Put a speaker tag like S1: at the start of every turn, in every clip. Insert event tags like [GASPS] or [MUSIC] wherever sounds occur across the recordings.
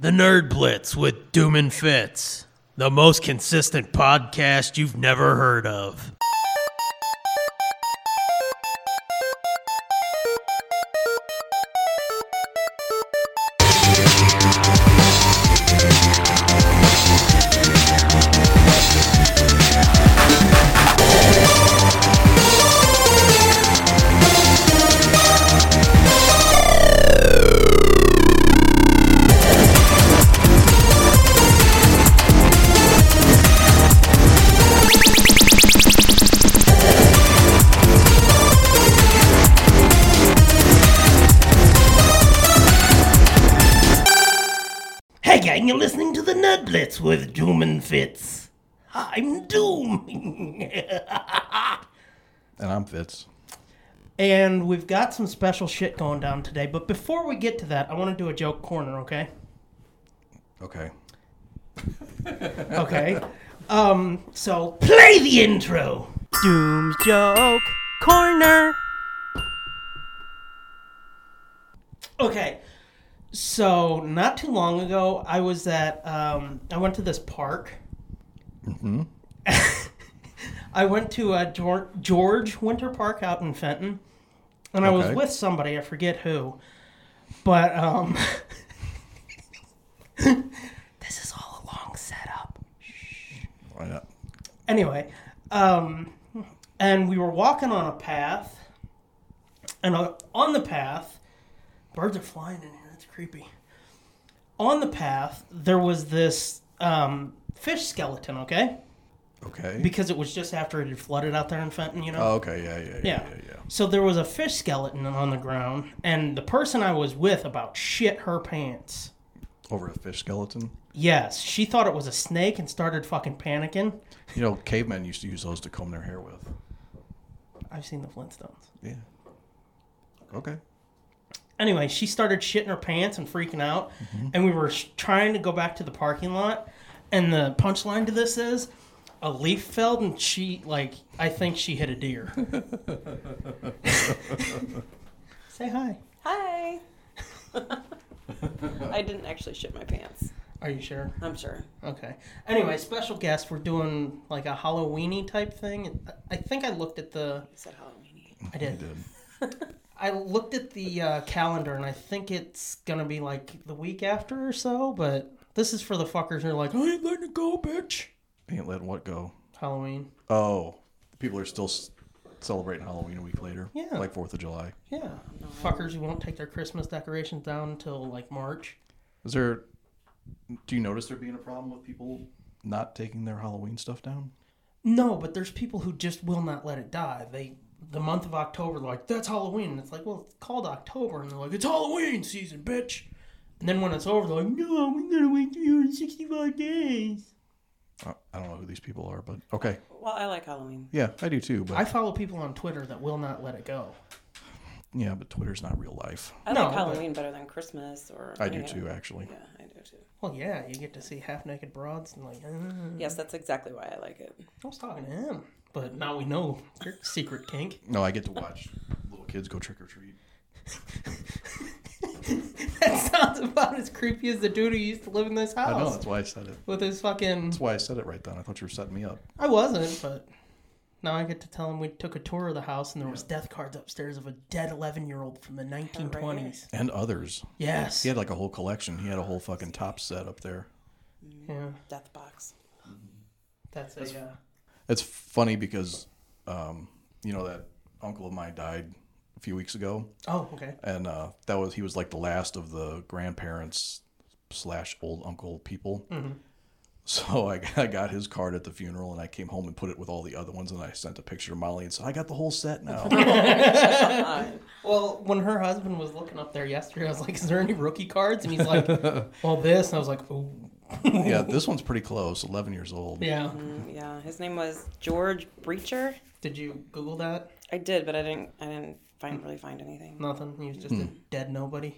S1: The Nerd Blitz with Doom and Fitz, the most consistent podcast you've never heard of.
S2: Hey gang, you're listening to the Nerd Blitz with Doom and Fitz. I'm Doom.
S3: [LAUGHS] And I'm Fitz.
S2: and we've got some special shit going down today, but before we get to that, I want to do a joke corner, okay?
S3: Okay.
S2: Okay. um, so play the intro.
S4: Doom's Joke Corner.
S2: Okay. So not too long ago, I was at um, I went to this park. [LAUGHS] I went to uh, Geor- George Winter Park out in Fenton, and I was
S3: Okay.
S2: with somebody I forget who, but um, [LAUGHS] this is all a long setup.
S3: Why not?
S2: Anyway, um, and we were walking on a path, and on on the path, birds are flying in here. That's creepy. On the path, there was this um, fish skeleton. Okay,
S3: Okay.
S2: because it was just after it had flooded out there in Fenton. You know.
S3: oh, okay. Yeah, yeah,
S2: Yeah.
S3: yeah, yeah, yeah.
S2: So there was a fish skeleton on the ground, and the person I was with about shit her pants.
S3: Over a fish skeleton.
S2: Yes, she thought it was a snake and started fucking panicking.
S3: You know, cavemen used to use those to comb their hair with.
S2: I've seen the Flintstones.
S3: Yeah. Okay.
S2: Anyway, she started shitting her pants and freaking out, and we were sh- trying to go back to the parking lot. And the punchline to this is a leaf fell, and she, like, I think she hit a deer. Say hi.
S3: [LAUGHS]
S4: Hi. I didn't actually shit my pants.
S2: Are you sure?
S4: I'm sure.
S2: Okay. Anyway, special guest. We're doing like a Halloweeny type thing. I think I looked at the.
S4: You said Halloween.
S2: I
S3: You
S2: did.
S3: did.
S2: [LAUGHS] I looked at the uh, calendar, and I think it's gonna be like the week after or so. But this is for the fuckers who are like, I ain't letting it go, bitch.
S3: Ain't letting what go.
S2: Halloween.
S3: Oh, people are still s- celebrating Halloween a week later.
S2: Yeah.
S3: Like Fourth of July.
S2: Yeah. Fuckers who won't take their Christmas decorations down until like March.
S3: Is there? Do you notice there being a problem with people not taking their Halloween stuff down?
S2: No, but there's people who just will not let it die. They the month of October, they're like that's Halloween. And it's like, well, it's called October, and they're like, it's Halloween season, bitch. And then when it's over, they're like, no, we gotta wait 365 days.
S3: I, I don't know who these people are, but okay.
S4: Well, I like Halloween.
S3: Yeah, I do too. But
S2: I follow people on Twitter that will not let it go.
S3: yeah, but Twitter's not real life.
S4: I
S2: No,
S4: like
S2: but-
S4: Halloween better than Christmas or.
S3: I do
S4: yeah.
S3: too, actually.
S4: Yeah, I do too.
S2: Well, yeah, you get to see half naked broads and like, uh,
S4: Yes, that's exactly why I like it.
S2: I was talking to him, but now we know your secret kink. [LAUGHS]
S3: No, I get to watch little kids go trick or treat.
S2: That sounds about as creepy as the dude who used to live in this house.
S3: I know that's why I said it.
S2: with his fucking.
S3: That's why I said it right then. I thought you were setting me up.
S2: I wasn't, but now I get to tell him we took a tour of the house and there was death cards upstairs of a dead eleven-year-old from the nineteen twenties.
S3: And others.
S2: Yes.
S3: He had like a whole collection. He had a whole fucking top set up there.
S2: Yeah.
S4: Death Box. Mm,
S2: That's a. Uh,
S3: It's funny because, um, you know, that uncle of mine died a few weeks ago,
S2: oh, okay.
S3: and uh, that was he was like the last of the grandparents slash old uncle people.
S4: Mm-hmm.
S3: So [LAUGHS] I, I got his card at the funeral, and I came home and put it with all the other ones, and I sent a picture to Molly and said, "I got the whole set
S4: [LAUGHS]
S3: now."
S2: Well, when her husband was looking up there yesterday, I was like, "Is there any rookie cards?" And he's like,
S3: [LAUGHS]
S2: "Well, this." And I was like, "Ooh,
S3: yeah, this one's pretty close. Eleven years old.
S2: yeah."
S3: Mm-hmm.
S4: Mm, Yeah, his name was George Breacher.
S2: Did you Google that?
S4: I did, but I didn't. I didn't find really find anything.
S2: Nothing. He was just a dead nobody.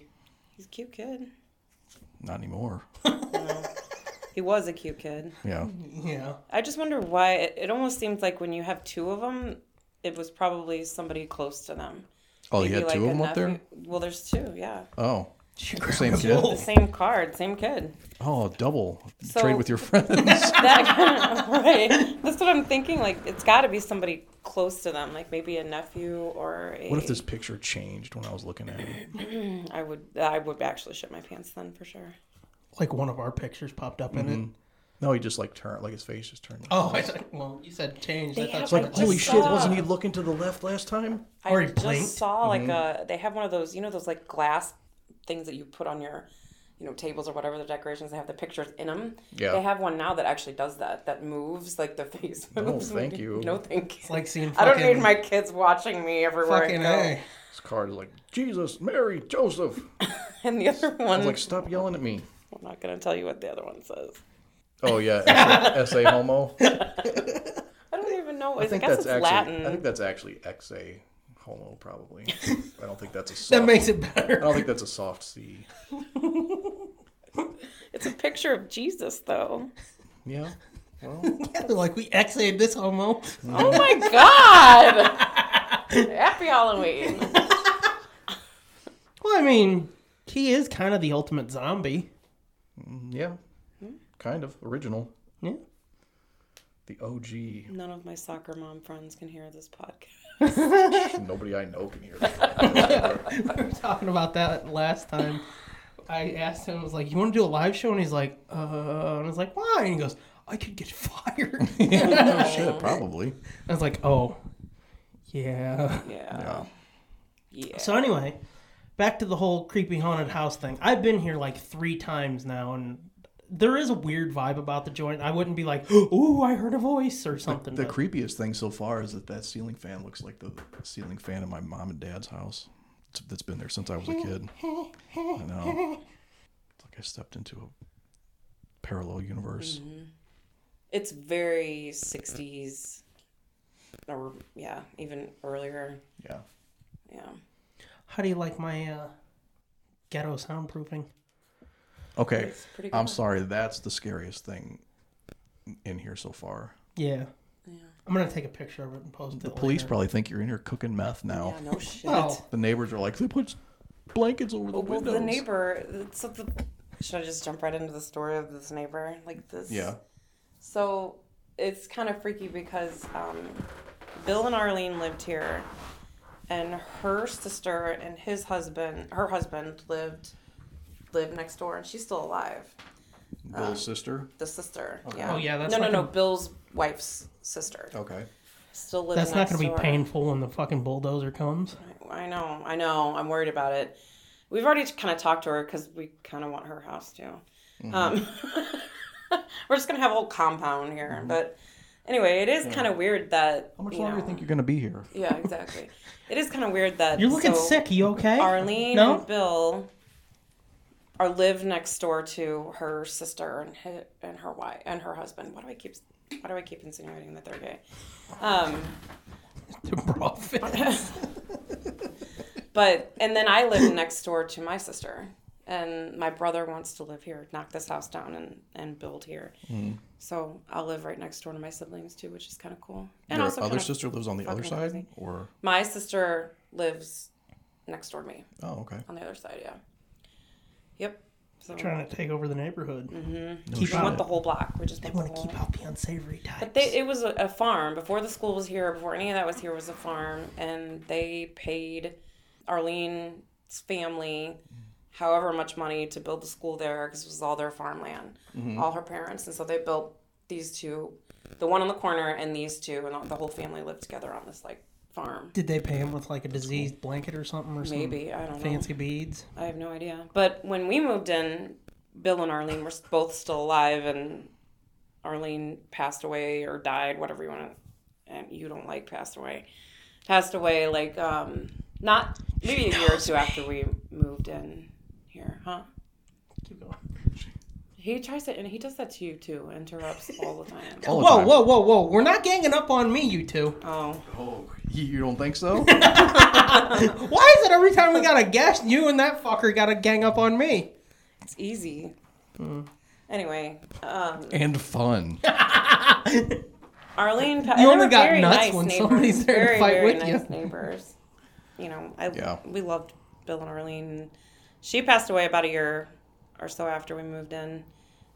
S4: He's a cute kid.
S3: Not anymore.
S4: He was a cute kid. [LAUGHS]
S3: Yeah.
S2: Yeah.
S4: I just wonder why it, it almost seems like when you have two of them, it was probably somebody close to them.
S3: Oh, you
S4: Maybe
S3: had two
S4: like
S3: of them
S4: a
S3: up there.
S4: nephew- Well, there's two, yeah.
S3: Oh,
S2: She
S3: Same
S2: grabs
S3: kid?
S2: both.
S4: The same card, same kid. [LAUGHS]
S3: Oh, double
S4: So-
S3: trade with your
S4: [LAUGHS]
S3: friends.
S4: That, right. That's what I'm thinking. Like, it's got to be somebody close to them, like maybe a nephew or a.
S3: what if this picture changed when I was looking at it?
S4: I would. I would actually shit my pants then for sure.
S2: Like one of our pictures popped up in it.
S3: No, he just like turned, like his face just turned.
S2: Oh, I said, well, you said change. I
S4: They
S2: thought
S4: have,
S3: It's like,
S4: I
S3: holy
S4: just
S3: shit,
S4: saw-
S3: wasn't he looking to the left last time?
S2: Or
S4: I
S2: he blinked.
S4: just saw like
S3: Mm-hmm.
S4: a. They have one of those. You know those like glass things that you put on your. You know, tables or whatever the decorations, they have the pictures in them.
S3: Yeah.
S4: They have one now that actually does that, that moves, like the [LAUGHS] face
S3: No,
S4: moves.
S3: thank you.
S4: No, thank you.
S2: it's like seeing
S4: I
S2: fucking,
S4: don't need my kids watching me everywhere.
S2: fucking
S4: I go.
S2: A.
S3: His card is like, Jesus, Mary, Joseph.
S4: And the other
S3: I
S4: one,
S3: was like, stop yelling at me.
S4: I'm not gonna tell you what the other one says.
S3: Oh
S4: [LAUGHS]
S3: yeah, essay homo.
S4: I don't even know. I,
S3: I think
S4: guess
S3: that's
S4: it's
S3: actually.
S4: Latin.
S3: I think that's actually exa homo
S4: [LAUGHS]
S3: probably. I don't think that's a. Soft,
S2: That makes it
S3: I
S2: better. [LAUGHS]
S3: don't think that's a soft C.
S4: It's a picture of Jesus, though.
S3: [LAUGHS] Yeah. Well,
S2: Yeah, they're like, we exited this homo.
S4: Oh my
S3: [LAUGHS]
S4: God! Happy Halloween.
S2: Well, I mean, he is kind of the ultimate zombie.
S3: yeah.
S4: Hmm?
S3: Kind of original.
S2: Yeah.
S3: The
S4: [LAUGHS]
S3: OG.
S4: None of my soccer mom friends can hear this podcast.
S3: Nobody I know can hear that.
S2: We were talking about that last
S4: [LAUGHS]
S2: time. I asked him, I was like, you want to do a live show? And he's like, uh, and I was like, why? And he goes, I could get [LAUGHS] fired.
S3: Oh shit, probably.
S2: I was like, oh, yeah.
S4: Yeah. Yeah.
S2: So anyway, back to the whole creepy haunted house thing. I've been here like three times now, and there is a weird vibe about the joint. I wouldn't be like, [GASPS] "Ooh, I heard a voice" or something.
S3: The
S2: but-
S3: creepiest thing so far is that that ceiling fan looks like the ceiling fan in my mom and dad's house. It's- That's been there since I was a kid. I know. It's like I stepped into a parallel universe.
S4: Mm-hmm. It's very 60s, or yeah, even earlier.
S3: Yeah.
S4: Yeah.
S2: How do you like my uh, ghetto soundproofing?
S3: Okay.
S4: It's pretty good.
S3: I'm sorry. That's the scariest thing in here so far.
S2: Yeah. I'm gonna take a picture of it and post it.
S3: The police
S2: later.
S3: probably think you're in here cooking meth now. [LAUGHS]
S4: Yeah, no shit.
S2: Well,
S3: The neighbors are like, they put blankets over the
S4: Well,
S3: windows.
S4: the neighbor. So the, should I just jump right into the story of this neighbor? Like this.
S3: Yeah.
S4: So it's kind of freaky because um, Bill and Arlene lived here, and her sister and his husband, her husband lived lived next door, and she's still alive.
S3: Bill's
S4: Ah.
S3: sister.
S4: The sister. Yeah.
S2: Oh, yeah, that's
S4: no,
S2: not
S4: no, no.
S2: gonna- Oh.
S4: Bill's wife's sister
S3: Okay.
S4: still lives.
S2: that's not
S4: next
S2: gonna be
S4: door.
S2: painful when the fucking bulldozer comes.
S4: I know, I know. I'm worried about it. We've already kind of talked to her because we kind of want her house too.
S2: Mm-hmm.
S4: Um, [LAUGHS] we're just gonna have a whole compound here,
S2: Mm-hmm.
S4: but anyway, it is kind of weird that
S3: How much
S4: you
S3: longer do
S4: know-
S3: you think you're going to be here? [LAUGHS]
S4: Yeah, exactly. it is kind of weird that
S2: You're looking
S4: so
S2: sick. You okay?
S4: Arlene
S2: No?
S4: and Bill are live next door to her sister and her, and her wife and her husband. Why do I keep why do I keep insinuating that they're gay? Um,
S2: to bra fit.
S4: But and then I live next door to my sister, and my brother wants to live here, knock this house down, and and build here.
S2: Mm.
S4: So I'll live right next door to my siblings too, which is kind of cool. And
S3: Your
S4: also
S3: other
S4: kinda-
S3: sister lives on the other
S4: fucking
S3: side?
S4: crazy.
S3: Or.
S4: my sister lives next door to me
S3: Oh, okay.
S4: on the other side. Yeah. Yep. So
S2: Trying to take over the neighborhood.
S3: No
S2: Keep
S3: shit.
S4: we want Mm-hmm. the whole block. We just
S2: They
S4: want,
S2: want
S4: the
S2: to
S4: whole.
S2: keep out the unsavory types.
S4: But they, it was a, a farm before the school was here. Before any of that was here, was a farm, and they paid Arlene's family however much money to build the school there because it was all their farmland,
S2: Mm-hmm.
S4: all her parents, and so they built these two, the one on the corner and these two, and the whole family lived together on this like farm.
S2: Did they pay him with like a diseased blanket or something or something?
S4: Maybe I don't know.
S2: fancy beads.
S4: I have no idea. But when we moved in, Bill and Arlene were both still alive, and Arlene passed away or died, whatever you want to, and you don't like passed away. Passed away like um not maybe a year or two after we moved in here, huh?
S2: Keep going.
S4: He tries to, and he does that to you too. Interrupts all the time.
S3: All the
S2: Whoa,
S3: time.
S2: whoa, whoa, whoa! We're not ganging up on me, you two.
S4: Oh,
S3: Oh, you you don't think so?
S2: Why is it every time we got a guest, you and that fucker got to gang up on me?
S4: it's easy. Anyway, um,
S3: [LAUGHS] and
S4: [LAUGHS]
S3: fun.
S4: Arlene, pa-
S2: You
S4: they
S2: only
S4: were
S2: got
S4: very
S2: nuts
S4: nice
S2: when
S4: neighbors.
S2: somebody's there to
S4: very,
S2: fight
S4: very
S2: with
S4: nice
S2: you.
S4: Neighbors, you know, I
S3: Yeah.
S4: we loved Bill and Arlene. she passed away about a year or so after we moved in,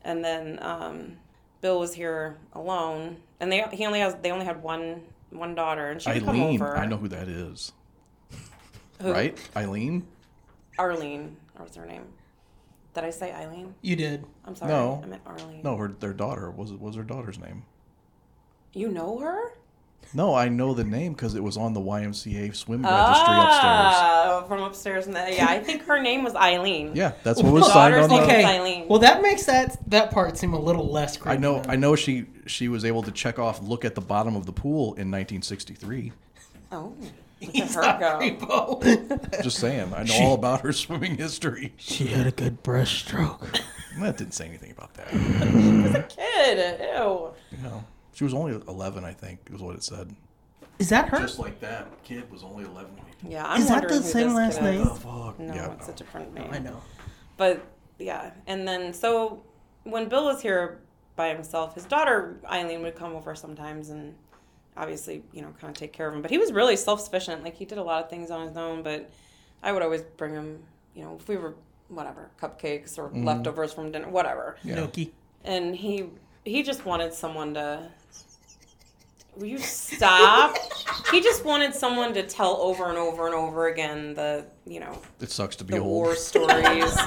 S4: and then um, Bill was here alone, and they he only has they only had one one daughter, and she would come
S3: Eileen,
S4: over.
S3: I know who that is.
S4: Who?
S3: Right? Eileen?
S4: Arlene. What was her name? Did I say Eileen?
S2: You did.
S4: I'm sorry.
S3: No.
S4: I meant Arlene.
S3: No, her their daughter was was her daughter's name.
S4: You know her?
S3: No, I know the name because it was on the YMCA swim registry upstairs.
S4: Ah, from upstairs. And the, yeah, I think her name was Eileen.
S3: Yeah, that's what
S4: [LAUGHS]
S3: was signed on
S4: Daughter's
S3: the.
S4: name.
S2: Okay.
S4: Eileen.
S2: Well, that makes that that part seem a little less creepy.
S3: I know.
S2: then.
S3: I know. She she was able to check off. Look at the bottom of the pool in 1963.
S4: Oh. Look at
S2: He's
S4: her
S2: not
S4: go.
S2: creepo.
S3: Just saying.
S4: [LAUGHS]
S3: I know all about her swimming history.
S1: She had a good breaststroke.
S3: That didn't say anything about that.
S4: Kid, ew.
S3: You know, she was only 11, I think, is what it said.
S2: [LAUGHS] Is that her?
S3: like that, kid was only 11.
S4: Yeah, I'm
S2: Is that
S4: wondering
S2: the
S4: who
S2: same
S4: this
S2: last
S4: kid
S2: name?
S4: is.
S3: fuck.
S4: No,
S3: yeah.
S4: it's a different name.
S2: I know.
S4: But yeah, and then so when Bill was here by himself, his daughter Eileen would come over sometimes and obviously, you know, kind of take care of him. But he was really self sufficient. Like he did a lot of things on his own, but I would always bring him, you know, if we were whatever, cupcakes or leftovers from dinner, whatever.
S3: Mm-hmm. Yeah.
S2: Noki.
S4: And he he just wanted someone to Will you stop? he just wanted someone to tell over and over and over again the, you know,
S3: It sucks to be
S4: the
S3: old.
S4: war stories,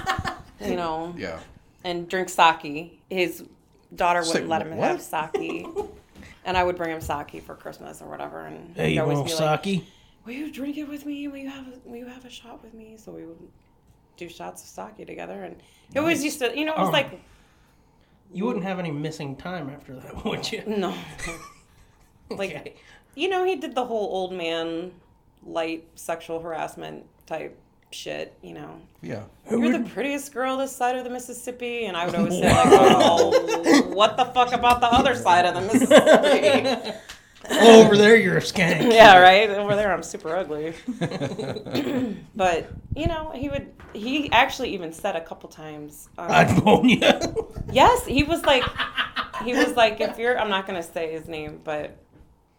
S4: you know,
S3: Yeah.
S4: and drink sake. His daughter
S3: Say
S4: wouldn't let him
S3: what?
S4: have sake. And I would bring him sake for Christmas or whatever, and
S1: Hey,
S4: he'd
S1: you want
S4: always be like,
S1: sake?
S4: "Will you drink it with me? Will you have a, Will you have a shot with me?" So we would do shots of sake together, and it always used to, you know, it was
S2: Oh.
S4: like,
S2: You wouldn't have any missing time after that, [LAUGHS] would
S4: [LAUGHS]
S2: you?
S4: no, like
S2: Okay.
S4: you know, he did the whole old man light sexual harassment type shit, you know,
S3: Yeah.
S4: You're the prettiest girl this side of the Mississippi, and I would always say, like, oh, what the fuck about the other side of the Mississippi?
S2: Oh, over there, you're a skank.
S4: [LAUGHS] yeah, right. Over there, I'm super [LAUGHS] ugly. [CLEARS THROAT] but you know, he would. He actually even said a couple times. Um,
S2: I'd bone you.
S4: yes, he was like, he was like, if you're, I'm not gonna say his name, but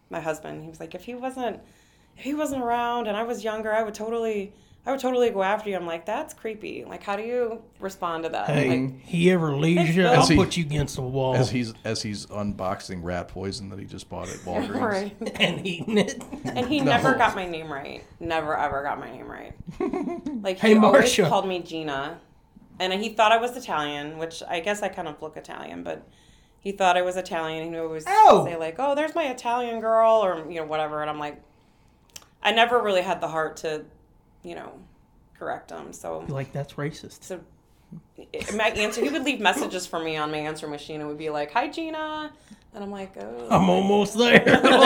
S4: my husband, he was like, if he wasn't, if he wasn't around, and I was younger, I would totally. I would totally go after you. I'm like, that's creepy. Like, how do you respond to that?
S2: Hey,
S4: Like,
S2: he ever leaves you,
S4: As
S2: I'll
S3: he-
S2: put you against the wall
S3: As he's as he's unboxing rat poison that he just bought at Walgreens.
S4: [LAUGHS] right.
S2: and [LAUGHS] eating it.
S4: And he
S3: No.
S4: never got my name right. Never ever got my name right. Like he
S2: Hey,
S4: always
S2: Marcia.
S4: called me Gina, and he thought I was Italian, which I guess I kind of look Italian, but he thought I was Italian. and He would always
S2: Ow.
S4: say like, "Oh, there's my Italian girl," or you know whatever, and I'm like, I never really had the heart to, you know, correct him. So
S2: Like that's racist.
S4: so it- my answer, he would leave messages for me on my answer machine and would be like, "Hi, Gina," and I'm like, "Oh."
S2: I'm almost [LAUGHS] there.
S3: Oh,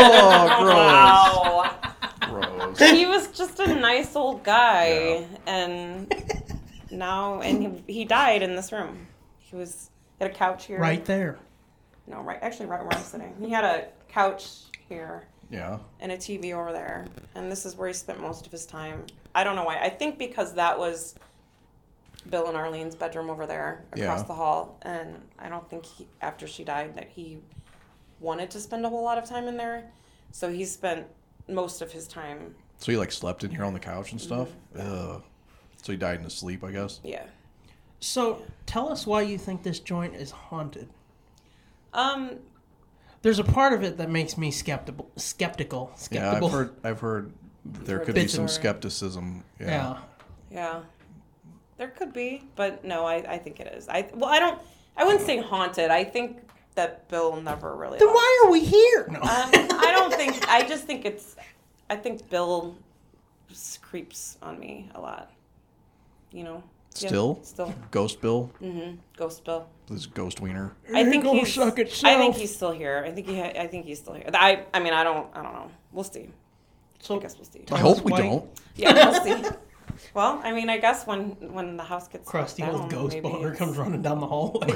S4: [LAUGHS] wow.
S3: gross. gross.
S4: he was just a nice old guy and now and he, he died in this room he was he had a couch here
S2: right there.
S4: no right actually right where i'm sitting he had a couch here
S3: Yeah.
S4: and a tv over there and this is where he spent most of his time i don't know why i think because that was bill and arlene's bedroom over there across
S3: Yeah.
S4: the hall and i don't think he, after she died that he wanted to spend a whole lot of time in there so he spent most of his time
S3: So he like slept in here on the couch and stuff. Ugh. So he died in his sleep, I guess.
S4: yeah
S2: So tell us why you think this joint is haunted.
S4: um
S2: There's a part of it that makes me skeptical. Skeptical.
S3: Yeah,
S2: Skeptical.
S3: I've heard. I've heard there
S4: Heard
S3: could be
S4: bits
S3: some
S4: of-
S3: skepticism.
S2: yeah.
S4: Yeah. There could be, but no, I, I think it is. I well, I don't. I wouldn't say haunted. I think that Bill never really.
S2: Then [LAUGHS]
S4: left.
S2: why are we here? No.
S4: Um, I don't think. I just think it's. I think Bill just creeps on me a lot. You know. Yeah,
S3: Still?
S4: Still. Mm.
S3: Ghost Bill,
S4: Ghost Bill.
S3: this ghost wiener.
S4: I think
S2: go
S4: he's.
S2: suck
S4: I
S2: itself.
S4: think he's still here. I think he. Ha- I think he's still here. I. I mean, I don't. I don't know. We'll see.
S2: so
S4: I guess we'll see.
S3: I
S2: Thomas
S3: hope we
S2: White.
S3: don't.
S4: Yeah, we'll see.
S2: [LAUGHS]
S4: Well, I mean, I guess when when the house
S2: [LAUGHS]
S4: gets
S2: crusty
S4: down,
S2: old ghost
S4: maybe
S2: boner
S4: it's-
S2: comes running down the
S4: [LAUGHS]
S2: hallway.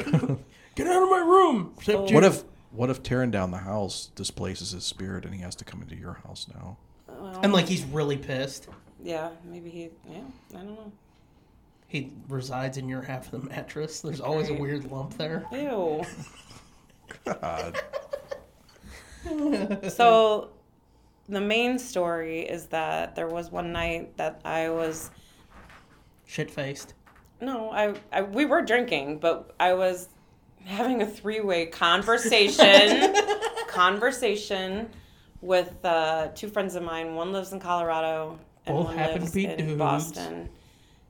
S2: Get out of my room. Except
S4: Oh.
S2: you.
S3: What if what if tearing down the house displaces his spirit and he has to come into your house now?
S4: Well,
S2: And like he's really pissed.
S4: Yeah, maybe he. Yeah, I don't know.
S2: He resides in your half of the mattress. There's always a
S4: Right.
S2: weird lump there.
S4: Ew.
S3: God.
S4: so, the main story is that there was one night that I was
S2: Shit faced.
S4: No, I, I we were drinking, but I was having a three-way conversation conversation with uh, two friends of mine. One lives in Colorado and
S2: Both
S4: one
S2: happen to
S4: lives
S2: be
S4: in
S2: dudes.
S4: Boston.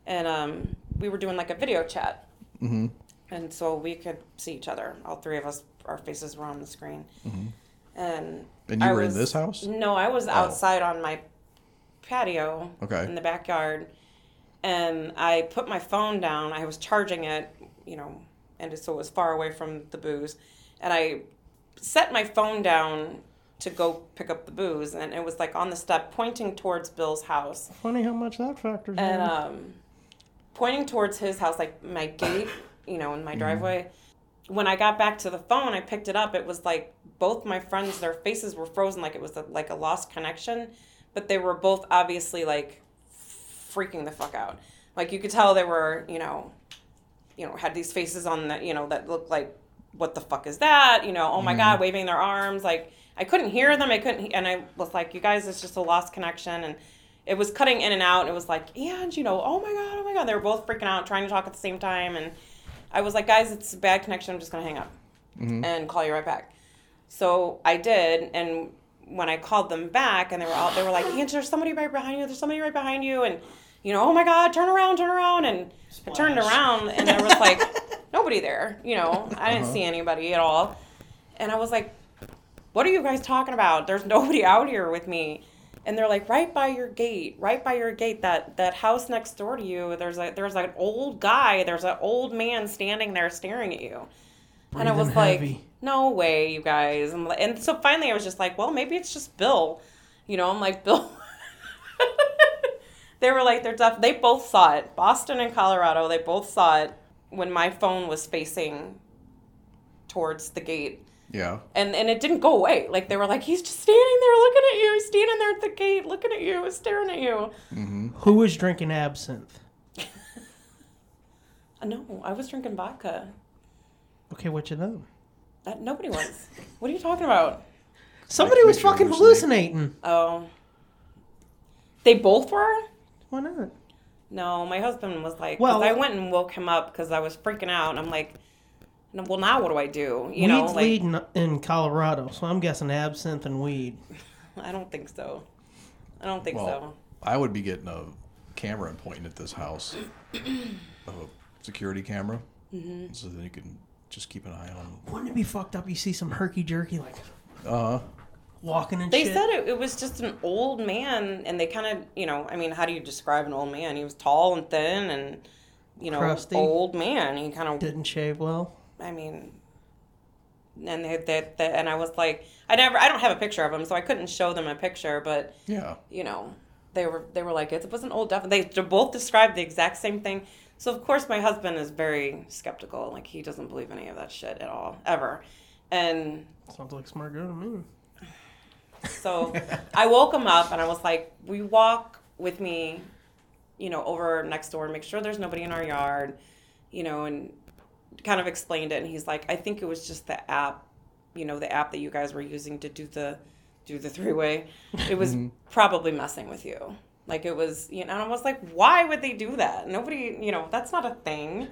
S4: And um, we were doing like a video chat.
S3: Mm-hmm.
S4: And so we could see each other. All three of us, our faces were on the screen. And
S3: Mm-hmm. And you
S4: I
S3: were in
S4: was-
S3: this house? Oh.
S4: No, I was outside on my patio
S3: Okay.
S4: in the backyard and I put my phone down. I was charging it, you know, and so it was far away from the booze. And I set my phone down to go pick up the booze, and it was like on the step, pointing towards Bill's house,
S2: Funny how much that factors in.
S4: and um, pointing towards his house, like my gate, you know, in
S2: Mm-hmm.
S4: my driveway. When I got back to the phone, I picked it up. It was like both my friends, their faces were frozen, like it was a, like a lost connection, but they were both obviously like freaking the fuck out. Like you could tell they were, you know, you know, had these faces on that, you know, that looked like, what the fuck is that? You know, oh my god, waving their arms. Like I couldn't hear them. I couldn't, he- and I was like, you guys, it's just a lost connection, and it was cutting in and out. And it was like, and you know, oh my god, oh my god, they were both freaking out, trying to talk at the same time, and I was like, guys, it's a bad connection. I'm just gonna hang up and call you right back. So I did, and when I called them back, and they were all they were like, "Ian, there's somebody right behind you. There's somebody right behind you," and you know, oh my god, turn around, turn around, and I turned around, and there was like nobody there. You know, I didn't see anybody at all, and I was like, "What are you guys talking about? There's nobody out here with me." And they're like, right by your gate, right by your gate, that that house next door to you. There's a there's an old guy, there's an old man standing there staring at you and I
S2: Breathing
S4: was like,
S2: heavy.
S4: "No way, you guys!" And, and so finally, I was just like, "Well, maybe it's just Bill," you know. I'm like, "Bill." [LAUGHS] they were like, "They're deaf." They both saw it. Boston and Colorado, they both saw it when my phone was facing towards the gate,
S3: [LAUGHS] Yeah.
S4: and and it didn't go away. Like they were like, "He's just standing there, looking at you, He's standing there at the gate, looking at you, staring at you."
S2: Who was drinking absinthe?
S4: Uh, No, I was drinking vodka.
S2: Okay, what you know?
S4: That, nobody was. what are you talking about?
S2: Somebody
S3: Make
S2: was
S3: sure
S2: fucking
S3: you
S2: hallucinating.
S4: Oh, they both were.
S2: Why not?
S4: No, my husband was like, well,
S2: Well-
S4: I went and woke him up because I was freaking out. And I'm like, "No, well, now what do I do? You know,
S2: Weed's
S4: like,
S2: leading in Colorado, so I'm guessing absinthe and weed.
S4: I don't think so. I don't think
S3: Well, I would be getting a camera and pointing at this house, [CLEARS THROAT] a security camera,
S2: Mm-hmm.
S3: so then you can just keep an eye on.
S2: Wouldn't it be fucked up? You see some herky jerky like
S3: Uh,
S2: walking and
S4: so. They
S2: shit.
S4: said it, it was just an old man, and they kind of, you know, I mean, how do you describe an old man? He was tall and thin and, you know,
S2: Crusty.
S4: old man. He kind of
S2: didn't shave well.
S4: I mean, and they, they, they, and I was like, I never, I don't have a picture of him, so I couldn't show them a picture, but
S3: yeah.
S4: you know, they were, they were like, it was an old deaf. They d- both described the exact same thing. So of course, my husband is very skeptical. Like he doesn't believe any of that shit at all, ever. And
S2: Sounds like smart girl to
S4: [LAUGHS]
S2: me.
S4: so I woke him up and I was like, "We walk with me, you know, over next door and make sure there's nobody in our yard, you know, and kind of explained it. And he's like, I think it was just the app, you know, the app that you guys were using to do the do the three way. It was probably messing with you. Like it was, you know, and I was like, why would they do that? Nobody, you know, that's not a thing.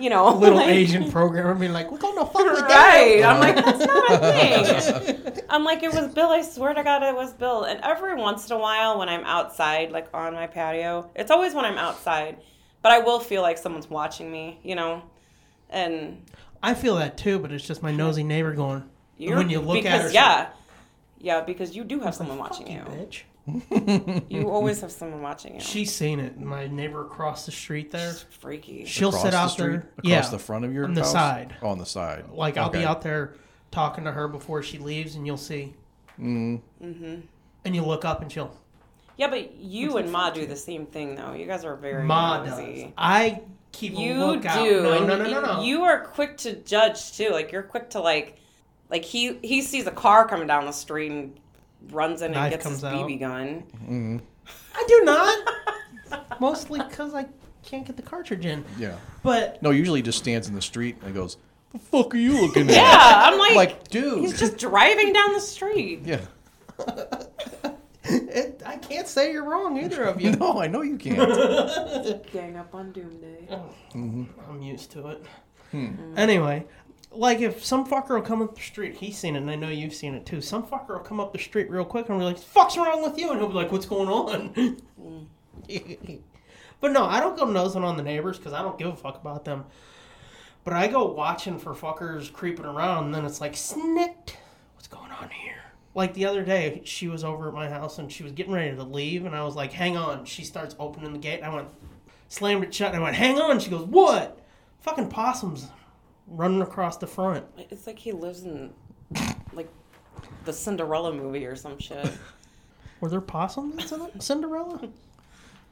S4: You know,
S2: Little
S4: [LAUGHS] like-
S2: Asian programmer being like, "We're gonna fuck with that."
S4: Right. I'm like, that's not a thing. I'm like, it was Bill. I swear to God, it was Bill. And every once in a while, when I'm outside, like on my patio, it's always when I'm outside, but I will feel like someone's watching me, you know? And
S2: I feel that too, but it's just my nosy neighbor going.
S4: you're,
S2: when you look
S4: because,
S2: at her,
S4: yeah. Yeah, because you do have someone
S2: she's
S4: watching
S2: like,
S4: you.
S2: "Fuck you, bitch.
S4: You always have someone watching you.
S2: She's seen it. My neighbor across the street there.
S4: It's freaky.
S2: She'll
S3: Across
S2: sit
S3: the
S2: out
S3: street,
S2: there.
S3: across
S2: yeah,
S3: the front of your
S2: on the
S3: house?
S2: side.
S3: Oh, on the side.
S2: Like I'll be
S3: Okay.
S2: out there talking to her before she leaves, and you'll see. Mm. Mm-hmm.
S4: Mm-hmm.
S2: And you look up and she'll.
S4: Yeah, but you and Ma do the same thing, though. You guys are very
S2: Ma
S4: nosy.
S2: does. I keep
S4: You
S2: a lookout.
S4: do.
S2: No,
S4: and
S2: no, no, no, no.
S4: You are quick to judge too. Like you're quick to like, like he he sees a car coming down the street and runs in and
S2: Knife
S4: gets his
S2: comes out.
S4: BB [LAUGHS] gun.
S2: I do not.
S4: [LAUGHS]
S2: Mostly because I can't get the cartridge in.
S3: Yeah.
S2: But
S3: No, usually he just stands in the street and goes, "The fuck are you looking
S2: [LAUGHS]
S3: at?"
S4: Yeah, I'm like,
S3: [LAUGHS] Like, dude.
S4: he's just driving down the street.
S3: yeah.
S2: It, I can't say you're wrong, either of you.
S3: [LAUGHS] No, I know
S2: [LAUGHS]
S3: you can't.
S4: [LAUGHS] Gang up on Doomsday.
S2: I'm used to it. Anyway, like if some fucker will come up the street, he's seen it, and I know you've seen it too. Some fucker will come up the street real quick and be like, "Fuck's wrong with you?" And he'll be like, "What's going on?" [LAUGHS] but no, I don't go nosing on the neighbors because I don't give a fuck about them. But I go watching for fuckers creeping around, and then it's like, "Snicked, what's going on here?" Like the other day, she was over at my house and she was getting ready to leave, and I was like, "Hang on." She starts opening the gate. and I went, slammed it shut, and I went, "Hang on." She goes, "What?" Fucking possums running across the front.
S4: It's like he lives in like the Cinderella movie or some shit.
S2: Were there possums in Cin- Cinderella?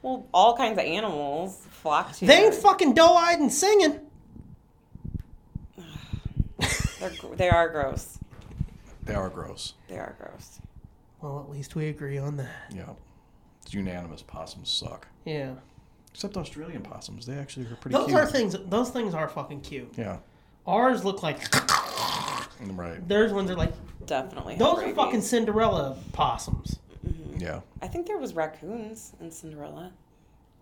S4: Well, all kinds of animals flock to.
S2: They
S4: her.
S2: ain't [LAUGHS] fucking doe-eyed and singing.
S4: They're, gr- they are gross.
S3: they are gross.
S4: They are gross.
S2: Well, at least we agree on that.
S3: Yeah. It's unanimous. Possums suck.
S2: Yeah,
S3: Except Australian possums. They actually are pretty
S2: those
S3: cute.
S2: are things. Those things are fucking cute.
S3: yeah.
S2: Ours look like [LAUGHS]
S3: Right.
S2: theirs ones are like
S4: Definitely. have
S2: those are
S4: rabies.
S2: fucking Cinderella possums. Hmm.
S3: Yeah.
S4: I think there was raccoons in Cinderella.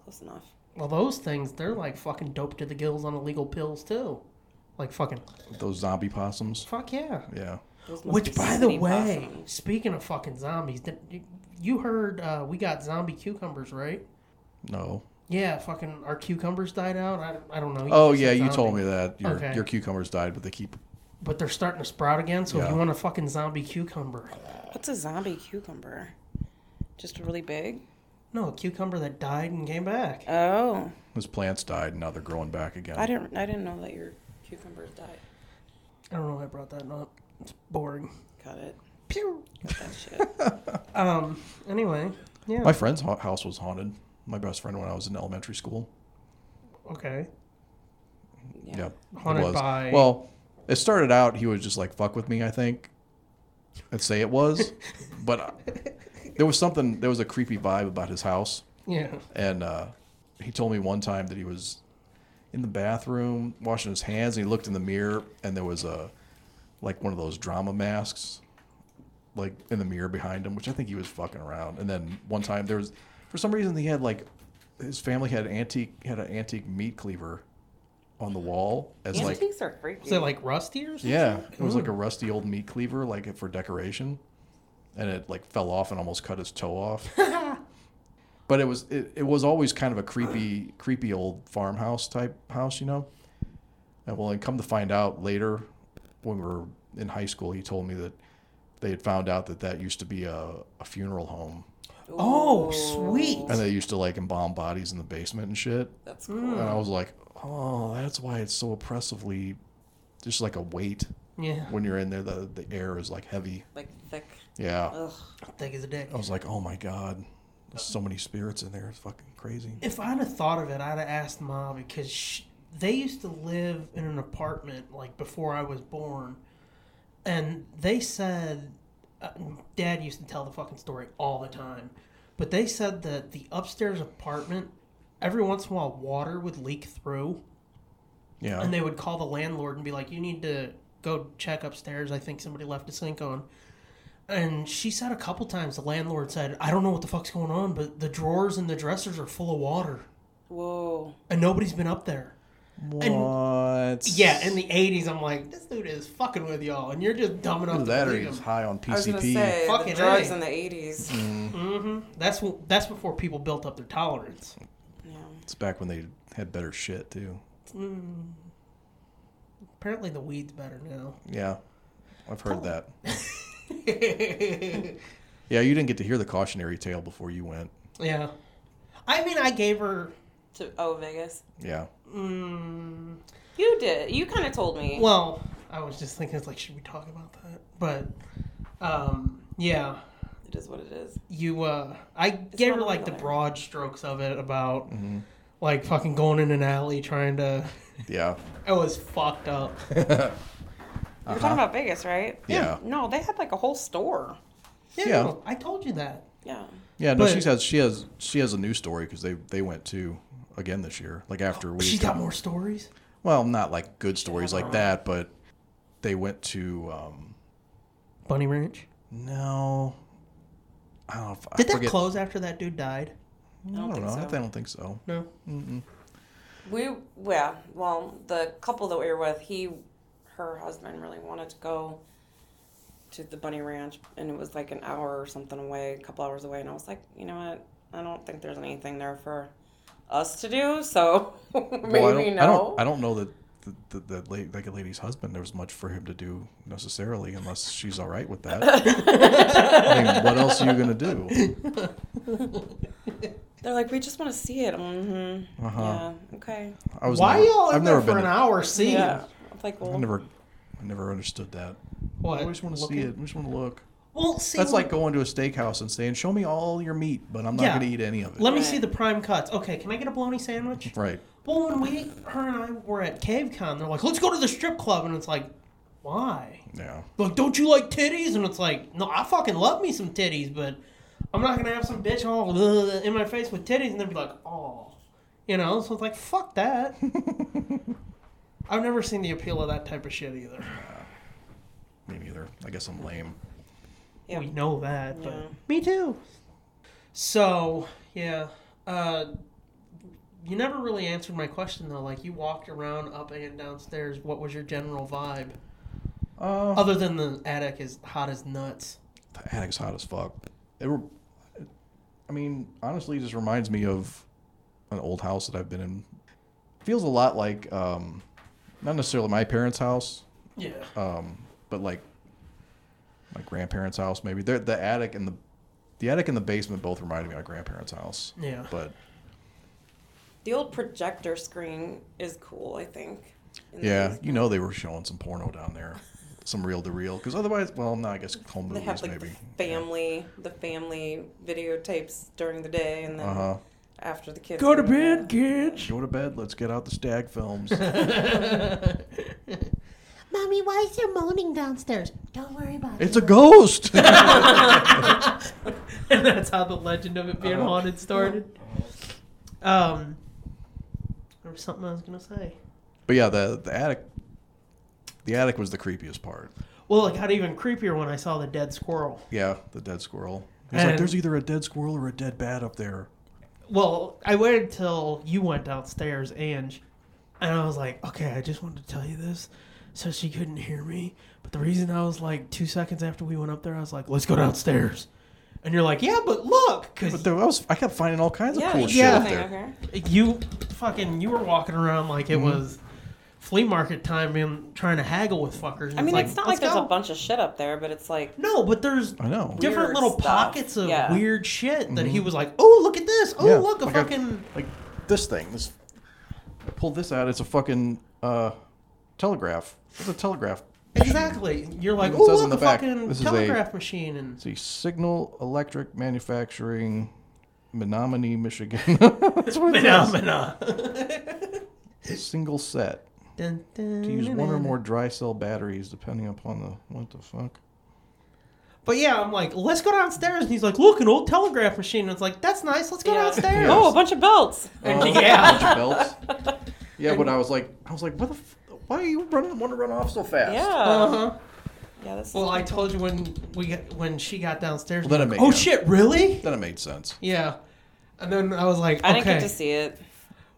S4: Close enough.
S2: Well, those things they're like fucking dope to the gills on illegal pills too. Like fucking
S3: Those zombie possums.
S2: fuck yeah.
S3: Yeah.
S4: Those must
S2: Which,
S4: be so
S2: by the
S4: many
S2: way,
S4: possums.
S2: speaking of fucking zombies, did, you heard uh, we got zombie cucumbers, right?
S3: No.
S2: Yeah, fucking our cucumbers died out. I, I don't know.
S3: Oh
S2: said
S3: yeah, you
S2: zombie.
S3: told me that your
S2: Okay.
S3: your cucumbers died, but they keep.
S2: But they're starting to sprout again, so if
S3: Yeah.
S2: you want a fucking zombie cucumber.
S4: what's a zombie cucumber? Just really big.
S2: No, a cucumber that died and came back.
S4: Oh,
S3: Those plants died, and now they're growing back again.
S4: I didn't. I didn't know that your cucumbers died.
S2: I don't know why I brought that up. It's boring.
S4: Cut it.
S2: Pew. [LAUGHS]
S4: Cut that shit.
S2: Um. Anyway, yeah.
S3: My friend's ha- house was haunted. My best friend when I was in elementary school.
S2: Okay.
S4: Yeah.
S3: Yeah,
S2: Haunted
S3: it was.
S2: by-
S3: Well, it started out he was just like fuck with me, I think, and say it was,
S2: [LAUGHS]
S3: but uh, there was something. There was a creepy vibe about his house,
S2: Yeah.
S3: and uh, he told me one time that he was in the bathroom washing his hands, and he looked in the mirror, and there was a like one of those drama masks, like in the mirror behind him, which I think he was fucking around. And then one time there was, for some reason, he had like his family had antique had an antique meat cleaver on the wall as like
S4: Antiques are freaky.
S2: Is it like rusty or something?
S3: yeah, it was like a rusty old meat cleaver, like for decoration, and it like fell off and almost cut his toe off. but it was it, it was always kind of a creepy creepy old farmhouse type house, you know. And well, and come to find out later, when we were in high school, he told me that they had found out that that used to be a, a funeral home,
S2: Oh, sweet.
S3: and they used to like embalm bodies in the basement and shit.
S4: That's
S2: Hmm.
S4: cool.
S3: And I was like, oh, that's why it's so oppressively, just like a weight
S2: Yeah.
S3: when you're in there the, the air is like heavy
S4: Like thick.
S3: yeah
S4: Ugh.
S2: Thick as a dick.
S3: i was like oh my god there's so many spirits in there it's fucking crazy
S2: If I'd have thought of it, I'd have asked Ma because sh they used to live in an apartment like before I was born, and they said, uh, Dad used to tell the fucking story all the time, but they said that the upstairs apartment, every once in a while, water would leak through,
S3: yeah
S2: and they would call the landlord and be like, "You need to go check upstairs. I think somebody left a sink on." And she said a couple times the landlord said, "I don't know what the fuck's going on, but the drawers and the dressers are full of water."
S4: Whoa.
S2: and nobody's been up there.
S3: what
S2: Yeah, in the '80s, I'm like, this dude is fucking with y'all, and you're just dumb enough
S3: Either
S2: to
S3: that or
S2: believe
S3: he was
S2: him.
S3: high on
S4: I was gonna
S3: pcp
S4: say
S2: Fucking
S4: the drugs
S2: A.
S4: in the eighties.
S2: Hmm. That's wh- that's before people built up their tolerance.
S4: Yeah.
S3: it's back when they had better shit too
S2: Apparently, the weed's better now. [LAUGHS]
S3: yeah i've
S2: Oh.
S3: heard that yeah you didn't get to hear the cautionary tale before you went
S2: yeah, I mean, I gave her.
S4: To oh Vegas.
S3: yeah
S2: Mm,
S4: You did. You kind of told me.
S2: well, I was just thinking, it's like, should we talk about that? But, um, yeah,
S4: It is what it is.
S2: you. uh I gave
S4: not
S2: her
S4: a
S2: like the
S4: regular.
S2: broad strokes of it about like fucking going in an alley trying to. [LAUGHS]
S3: yeah
S2: It was fucked up. Uh-huh.
S4: You're talking about Vegas, right?
S3: Yeah.
S4: No, they had like a whole store.
S2: Yeah,
S3: Yeah.
S2: no, I told you that.
S4: Yeah.
S3: yeah no
S2: But-
S3: she has she has she has a new story because they they went too again this year like after we
S2: Oh, She's
S3: had
S2: got
S3: come-
S2: more stories.
S3: well not like good stories like that but they went to um
S2: Bunny Ranch.
S3: No. I don't know if
S2: Did
S3: I
S2: that
S3: forget.
S2: close after that dude died?
S3: I don't,
S4: think
S3: know.
S4: so.
S3: I don't think so.
S2: No.
S4: We yeah, well, the couple that we were with, he, her husband really wanted to go to the Bunny Ranch, and it was like an hour or something away, a couple hours away, and I was like, you know what, I don't think there's anything there for us to do, so [LAUGHS] maybe
S3: Well, I don't,
S4: no.
S3: I don't. I don't know that the, the, the la- like a lady's husband. There was much for him to do necessarily, unless she's all right with
S4: [LAUGHS]
S3: that. I mean, what else are you gonna do?
S4: They're like, we just want to see it. Mm-hmm.
S3: Uh-huh.
S4: Yeah. Okay.
S3: I was.
S2: Why
S3: never,
S2: y'all in
S3: I've
S2: there
S3: never
S2: for an
S3: been.
S2: hour seeing?
S4: Yeah. I'm like, well,
S3: I never. I never understood that.
S2: What?
S3: I just want to see it. I just want to look.
S2: Well, see,
S3: That's like going to a steakhouse and saying, "Show me all your meat," but I'm not
S2: Yeah.
S3: gonna eat any of it.
S2: let me
S4: Right.
S2: see the prime cuts. Okay, can I get a bologna sandwich?
S3: right.
S2: Well, when we, her and I were at CaveCon, they're like, let's go to the strip club. And it's like, why?
S3: Yeah.
S2: Like, don't you like titties? And it's like, no, I fucking love me some titties, but I'm not going to have some bitch all "Ugh," in my face with titties and then be like, oh. You know? So it's like, fuck
S4: [LAUGHS]
S2: that. I've never seen the appeal of that type of shit either.
S3: Me neither. I guess I'm lame.
S4: Yeah.
S2: We know that, but.
S4: Yeah.
S2: Me too. So, yeah. Uh, you never really answered my question, though. Like, you walked around up and downstairs. What was your general vibe?
S3: Uh,
S2: Other than the attic is hot as nuts.
S3: the attic's hot as fuck. It, re- I mean, honestly, it just reminds me of an old house that I've been in. Feels a lot like, um, not necessarily my parents' house,
S2: Yeah.
S3: um, but like my grandparents' house. Maybe They're, the attic and the the attic and the basement both reminded me of my grandparents' house.
S2: Yeah.
S3: But
S4: the old projector screen is cool. I think. in the
S3: yeah,
S4: basement.
S3: you know they were showing some porno down there, some reel to reel. Because otherwise, well, no, I guess home
S4: They
S3: movies
S4: have like
S3: maybe.
S4: the family, the family videotapes during the day, and then
S3: Uh huh.
S4: after the kids
S1: Go to
S4: bed.
S1: bed, kids.
S3: Go to bed. Let's get out the stag films.
S4: [LAUGHS]
S2: [LAUGHS]
S5: Mommy, why is there moaning downstairs? Don't worry about it.
S3: it's a ghost.
S4: [LAUGHS]
S2: and that's how the legend of it being haunted started. Um, there was something I was gonna say.
S3: But yeah, the the attic, the attic was the creepiest part.
S2: Well, it got even creepier when I saw the dead squirrel.
S3: Yeah, the dead squirrel. He's like,
S2: And-
S3: there's either a dead squirrel or a dead bat up there.
S2: Well, I waited till you went downstairs, Ange, and I was like, okay, I just wanted to tell you this, so she couldn't hear me. But the reason I was like two seconds after we went up there, I was like, let's go downstairs, and you're like, yeah, but look, because
S3: But there, I was, I kept finding all kinds of
S4: Yeah,
S3: cool
S4: you
S3: shit
S2: yeah.
S3: up
S4: thing
S3: there.
S4: up here.
S2: you fucking you were walking around like
S3: Mm-hmm.
S2: it was flea market time and trying to haggle with fuckers. and
S4: I mean, it's not
S2: "Let's
S4: like there's
S2: go."
S4: a bunch of shit up there, but it's like
S2: No, but there's
S3: I know. Mm-hmm.
S4: Weird
S2: different little
S4: stuff.
S2: pockets of
S4: Yeah.
S2: weird shit that he was like, "Oh, look at this! Oh,
S3: Yeah,
S2: look a
S3: like a- [LAUGHS]
S2: fucking
S3: Like this thing. This. I pulled this out. It's a fucking uh, telegraph. It's a telegraph.
S2: exactly." You're like,
S3: It
S2: "Oh,
S3: says
S2: look
S3: on
S2: a
S3: the back,
S2: fucking
S3: this is a-
S2: telegraph machine," and
S3: [LAUGHS]
S2: [LAUGHS]
S3: It's a Signal Electric Manufacturing, Menominee, Michigan. [LAUGHS] That's what it is.
S2: phenomena.
S3: Single set.
S2: Dun, [LAUGHS]
S3: To use one or more dry cell batteries, depending upon the what the fuck.
S2: But yeah, I'm like, "Let's go downstairs," and he's like, "Look, an old telegraph machine." And it's like, "That's nice. Let's go
S4: Yeah. [LAUGHS]
S2: downstairs."
S4: oh, a bunch of belts.
S2: And Oh. [LAUGHS]
S3: Oh,
S2: yeah.
S3: belts. [LAUGHS] Yeah, but I was like, I was like, what the? F- why are you running? Want to run off so fast?
S4: Yeah.
S2: Uh-huh.
S4: Yeah. This is
S2: Well, I told you when we got, when she got downstairs.
S3: Well, then
S2: I'm
S3: it
S2: like,
S3: made
S2: oh
S3: sense.
S2: shit, really?
S3: Then it made sense.
S2: Yeah. And then I was like,
S4: I
S2: okay.
S4: didn't get to see it.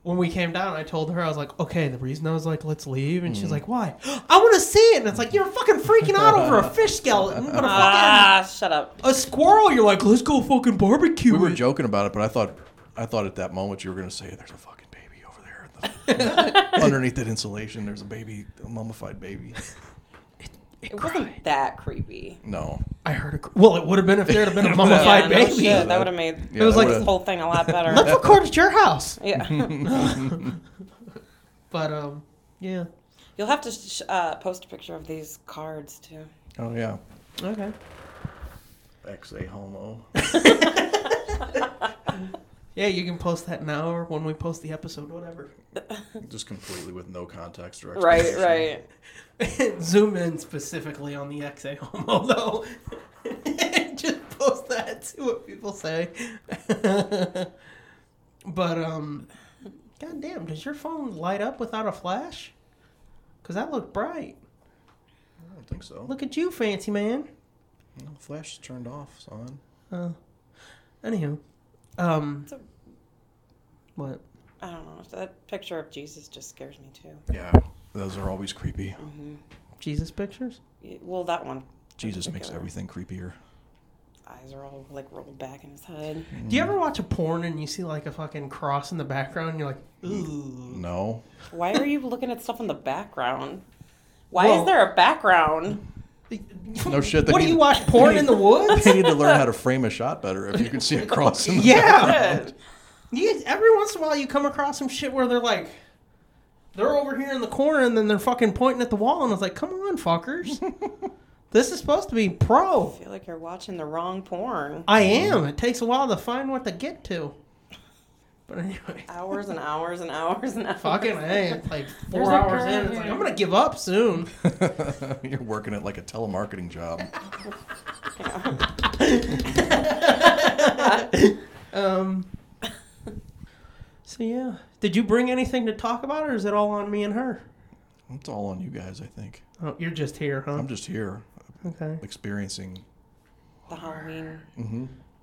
S2: when we came down, I told her I was like, okay. The reason I was like, let's leave, and
S4: Mm.
S2: she's like, why? [GASPS] I want to see it. And it's like you're fucking freaking out over
S4: [LAUGHS]
S2: a fish skeleton, but a fucking
S4: Ah, shut up.
S2: a squirrel. You're like, let's go fucking barbecue.
S3: We were
S2: it."
S3: joking about it, but I thought, I thought at that moment you were gonna say, "There's a fucking baby over
S2: [LAUGHS]
S3: there." in the- underneath that insulation, there's a baby, a mummified baby.
S4: It wasn't that creepy.
S3: No.
S2: I heard a. cr- Well, it would have been if there had
S4: [LAUGHS]
S2: been a mummified
S4: yeah, no
S2: baby.
S4: shit, that would have made
S3: Yeah,
S2: It was
S3: that
S2: like-
S4: this
S3: would've-
S4: whole thing a
S2: [LAUGHS]
S4: lot
S2: Let's
S4: better.
S2: record at your house.
S3: [LAUGHS]
S4: yeah.
S2: But um, yeah.
S4: You'll have to sh- uh, post a picture of these cards too.
S3: oh yeah.
S2: Okay.
S3: Ex a homo.
S2: Yeah, you can post that now or when we post the episode, whatever.
S3: Just completely with no context or
S4: Right.
S3: explanation.
S4: Right.
S2: [LAUGHS] Zoom in specifically on the XA homo though. [LAUGHS] Just post that, see what people say. [LAUGHS] but um, goddamn, does your phone light up without a flash? Cause that looked bright.
S3: I don't think so.
S2: Look at you, fancy man.
S3: No, flash is turned off, son.
S2: Anywho, um,
S4: It's a-
S2: what?
S4: I don't know. That picture of Jesus just scares me too.
S3: Yeah, those are always creepy.
S2: Jesus pictures?
S4: Y- Well, that one.
S3: Jesus makes
S4: particular.
S3: everything creepier.
S4: Eyes are all like rolled back in his head.
S2: Do you ever watch a porn and you see like a fucking cross in the background? And you're like, ooh.
S3: No,
S4: Why are you looking at stuff in the background? Why
S2: Well-
S4: is there a background?
S3: no shit. they
S2: What do
S3: need-
S2: you watch porn in the woods?
S3: They need to learn how to frame a shot better. If you can see across. In the
S2: [LAUGHS] Yeah.
S4: Good.
S2: You, every once in a while, you come across some shit where they're like, they're over here in the corner, and then they're fucking pointing at the wall, and I was like, come on,
S4: [LAUGHS]
S2: fuckers, this is supposed to be pro.
S4: I feel like you're watching the wrong porn.
S2: I am. It takes a while to find what to get to. But
S4: [LAUGHS]
S2: anyway,
S4: Hours and hours and hours and hours.
S2: fucking hey, it's like
S4: There's
S2: four
S4: a
S2: hours
S4: girl
S2: in. It's like
S4: here.
S2: I'm gonna give up soon.
S3: [LAUGHS] You're working it like a telemarketing job.
S2: Um. So yeah, did you bring anything to talk about, or is it all on me and her?
S3: It's all on you guys, I think.
S2: Oh, you're just here, huh?
S4: Um,
S3: I'm just here
S2: Okay.
S3: experiencing.
S4: The Halloween,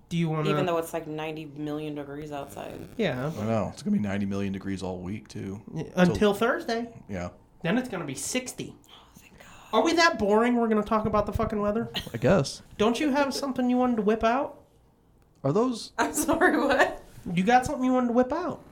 S2: Do you want
S4: even
S2: to?
S4: though it's like 90 million degrees outside.
S2: Yeah.
S3: I know it's gonna be 90 million degrees all week too.
S2: Until Thursday.
S3: Yeah,
S2: Then it's gonna be sixty. Are we that boring? We're gonna talk about the fucking weather.
S3: I guess.
S2: Don't you have something you wanted to whip out?
S3: Are those?
S4: I'm [LAUGHS] sorry, what?
S2: You got something you wanted to whip out?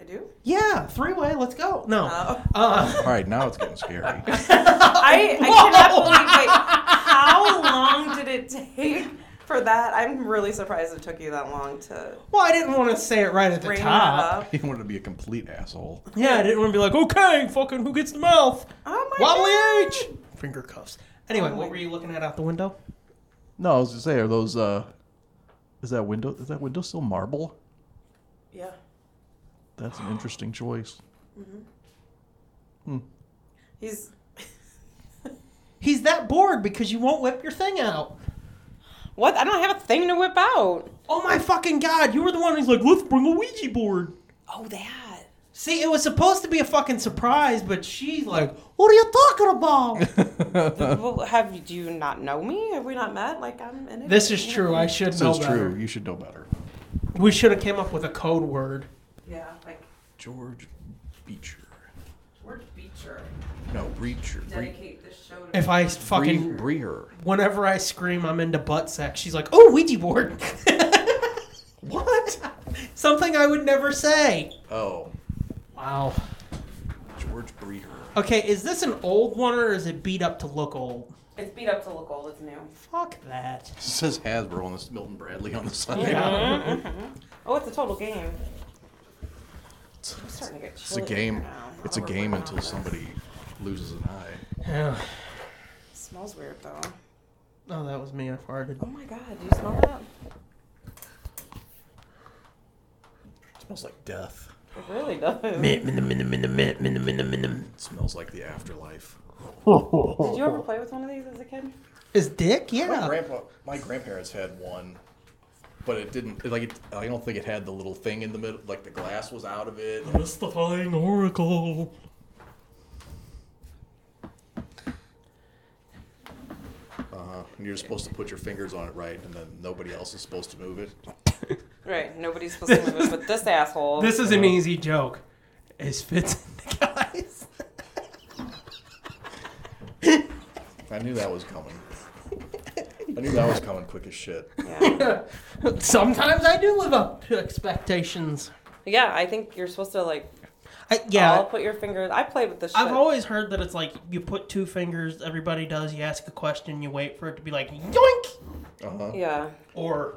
S4: I do?
S2: Yeah, three way. Let's go. No. Uh,
S4: Oh.
S3: All right, now it's getting scary. [LAUGHS]
S4: I, I cannot believe, wait, how long did it take for that? I'm really surprised it took you that long to
S2: Well, I didn't want to say it right at the
S4: bring
S2: top.
S4: that up.
S3: He wanted to be a complete asshole.
S2: Yeah, I didn't want to be like, okay, fucking, who gets the mouth?
S4: Oh my
S2: Wobbly
S4: God.
S2: H. Finger cuffs. Anyway, what were you looking at out the window?
S3: No, I was gonna say, are those? uh Is that window? Is that window still marble?
S4: Yeah.
S3: That's an interesting choice.
S4: He's
S2: He's that bored because you won't whip your thing out.
S4: what? I don't have a thing to whip out.
S2: Oh my fucking god! You were the one who's like, let's bring a Ouija board.
S4: Oh, that.
S2: See, it was supposed to be a fucking surprise, but she's like, "What are you talking about?"
S3: [LAUGHS]
S2: Uh-huh.
S4: well, have do you not know me? Have we not met? Like I'm in it.
S2: this is true. I should
S3: This
S2: know
S3: is
S2: better.
S3: true. You should know better.
S2: We should have came up with a code word.
S4: Yeah, like
S3: George Beecher.
S4: George Beecher
S3: No, Breacher. Bre-
S4: dedicate this show to.
S2: If I
S3: Bre-
S2: fucking
S3: Breer.
S2: whenever I scream, I'm into butt sex. She's like, "Oh, Ouija board." [LAUGHS] what? Something I would never say.
S3: Oh,
S2: Wow.
S3: George Breer.
S2: Okay, is this an old one or is it beat up to look old?
S4: It's beat up to look old. It's new.
S2: Fuck that. [SIGHS]
S3: It says Hasbro on this Milton Bradley on the side.
S4: Oh, it's a total game. I'm starting to get
S3: It's a game. It's a
S4: Oh,
S3: game until somebody loses an eye.
S2: Yeah.
S4: smells weird though.
S2: Oh, that was me. I farted.
S4: Oh my god, do you smell that?
S3: It smells like death.
S4: It really does.
S3: It smells like the afterlife.
S4: Did you ever play with one of these as a kid?
S2: Is dick?
S3: My
S2: Yeah.
S3: grandpa, my grandparents had one, but it didn't. It, like it, I don't think it had the little thing in the middle. Like the glass was out of it.
S2: Mystifying oracle.
S3: Uh, and you're supposed to put your fingers on it right, and then nobody else is supposed to move it.
S4: Right.
S2: [LAUGHS]
S4: Nobody's supposed to move it, but this asshole.
S2: This is an easy joke. Is fits in the guys.
S3: I knew that was coming. I knew that was coming quick as shit.
S4: Yeah.
S2: [LAUGHS] Sometimes I do live up to expectations. Oh,
S4: yeah, I think you're supposed to like.
S2: I,
S4: Yeah.
S2: yeah.
S4: All put your fingers. I played with this. Shit.
S2: I've always heard that it's like you put two fingers, everybody does, you ask a question, you wait for it to be like yoink
S3: Uh huh.
S4: Yeah.
S2: or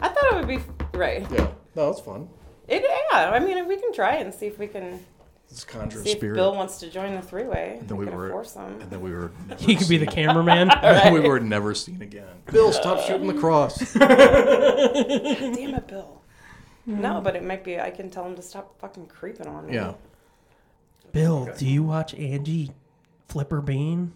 S4: I thought it would be right.
S3: Yeah. No, it's fun.
S4: It, yeah, I mean, we can try and see if we can
S3: It's conjure
S4: see if
S3: spirit.
S4: Bill wants to join the three-way.
S3: and then we were.
S4: foursome.
S3: And then we
S4: [LAUGHS]
S3: were. never
S2: you could be the [LAUGHS]
S3: seen-
S2: cameraman.
S3: we were never seen again. Bill, stop shooting the cross.
S4: Damn it, Bill. [LAUGHS] No, but it might be. I can tell him to stop fucking creeping on me. [LAUGHS]
S3: Yeah.
S2: Bill, do you watch Angie Flipper Bean?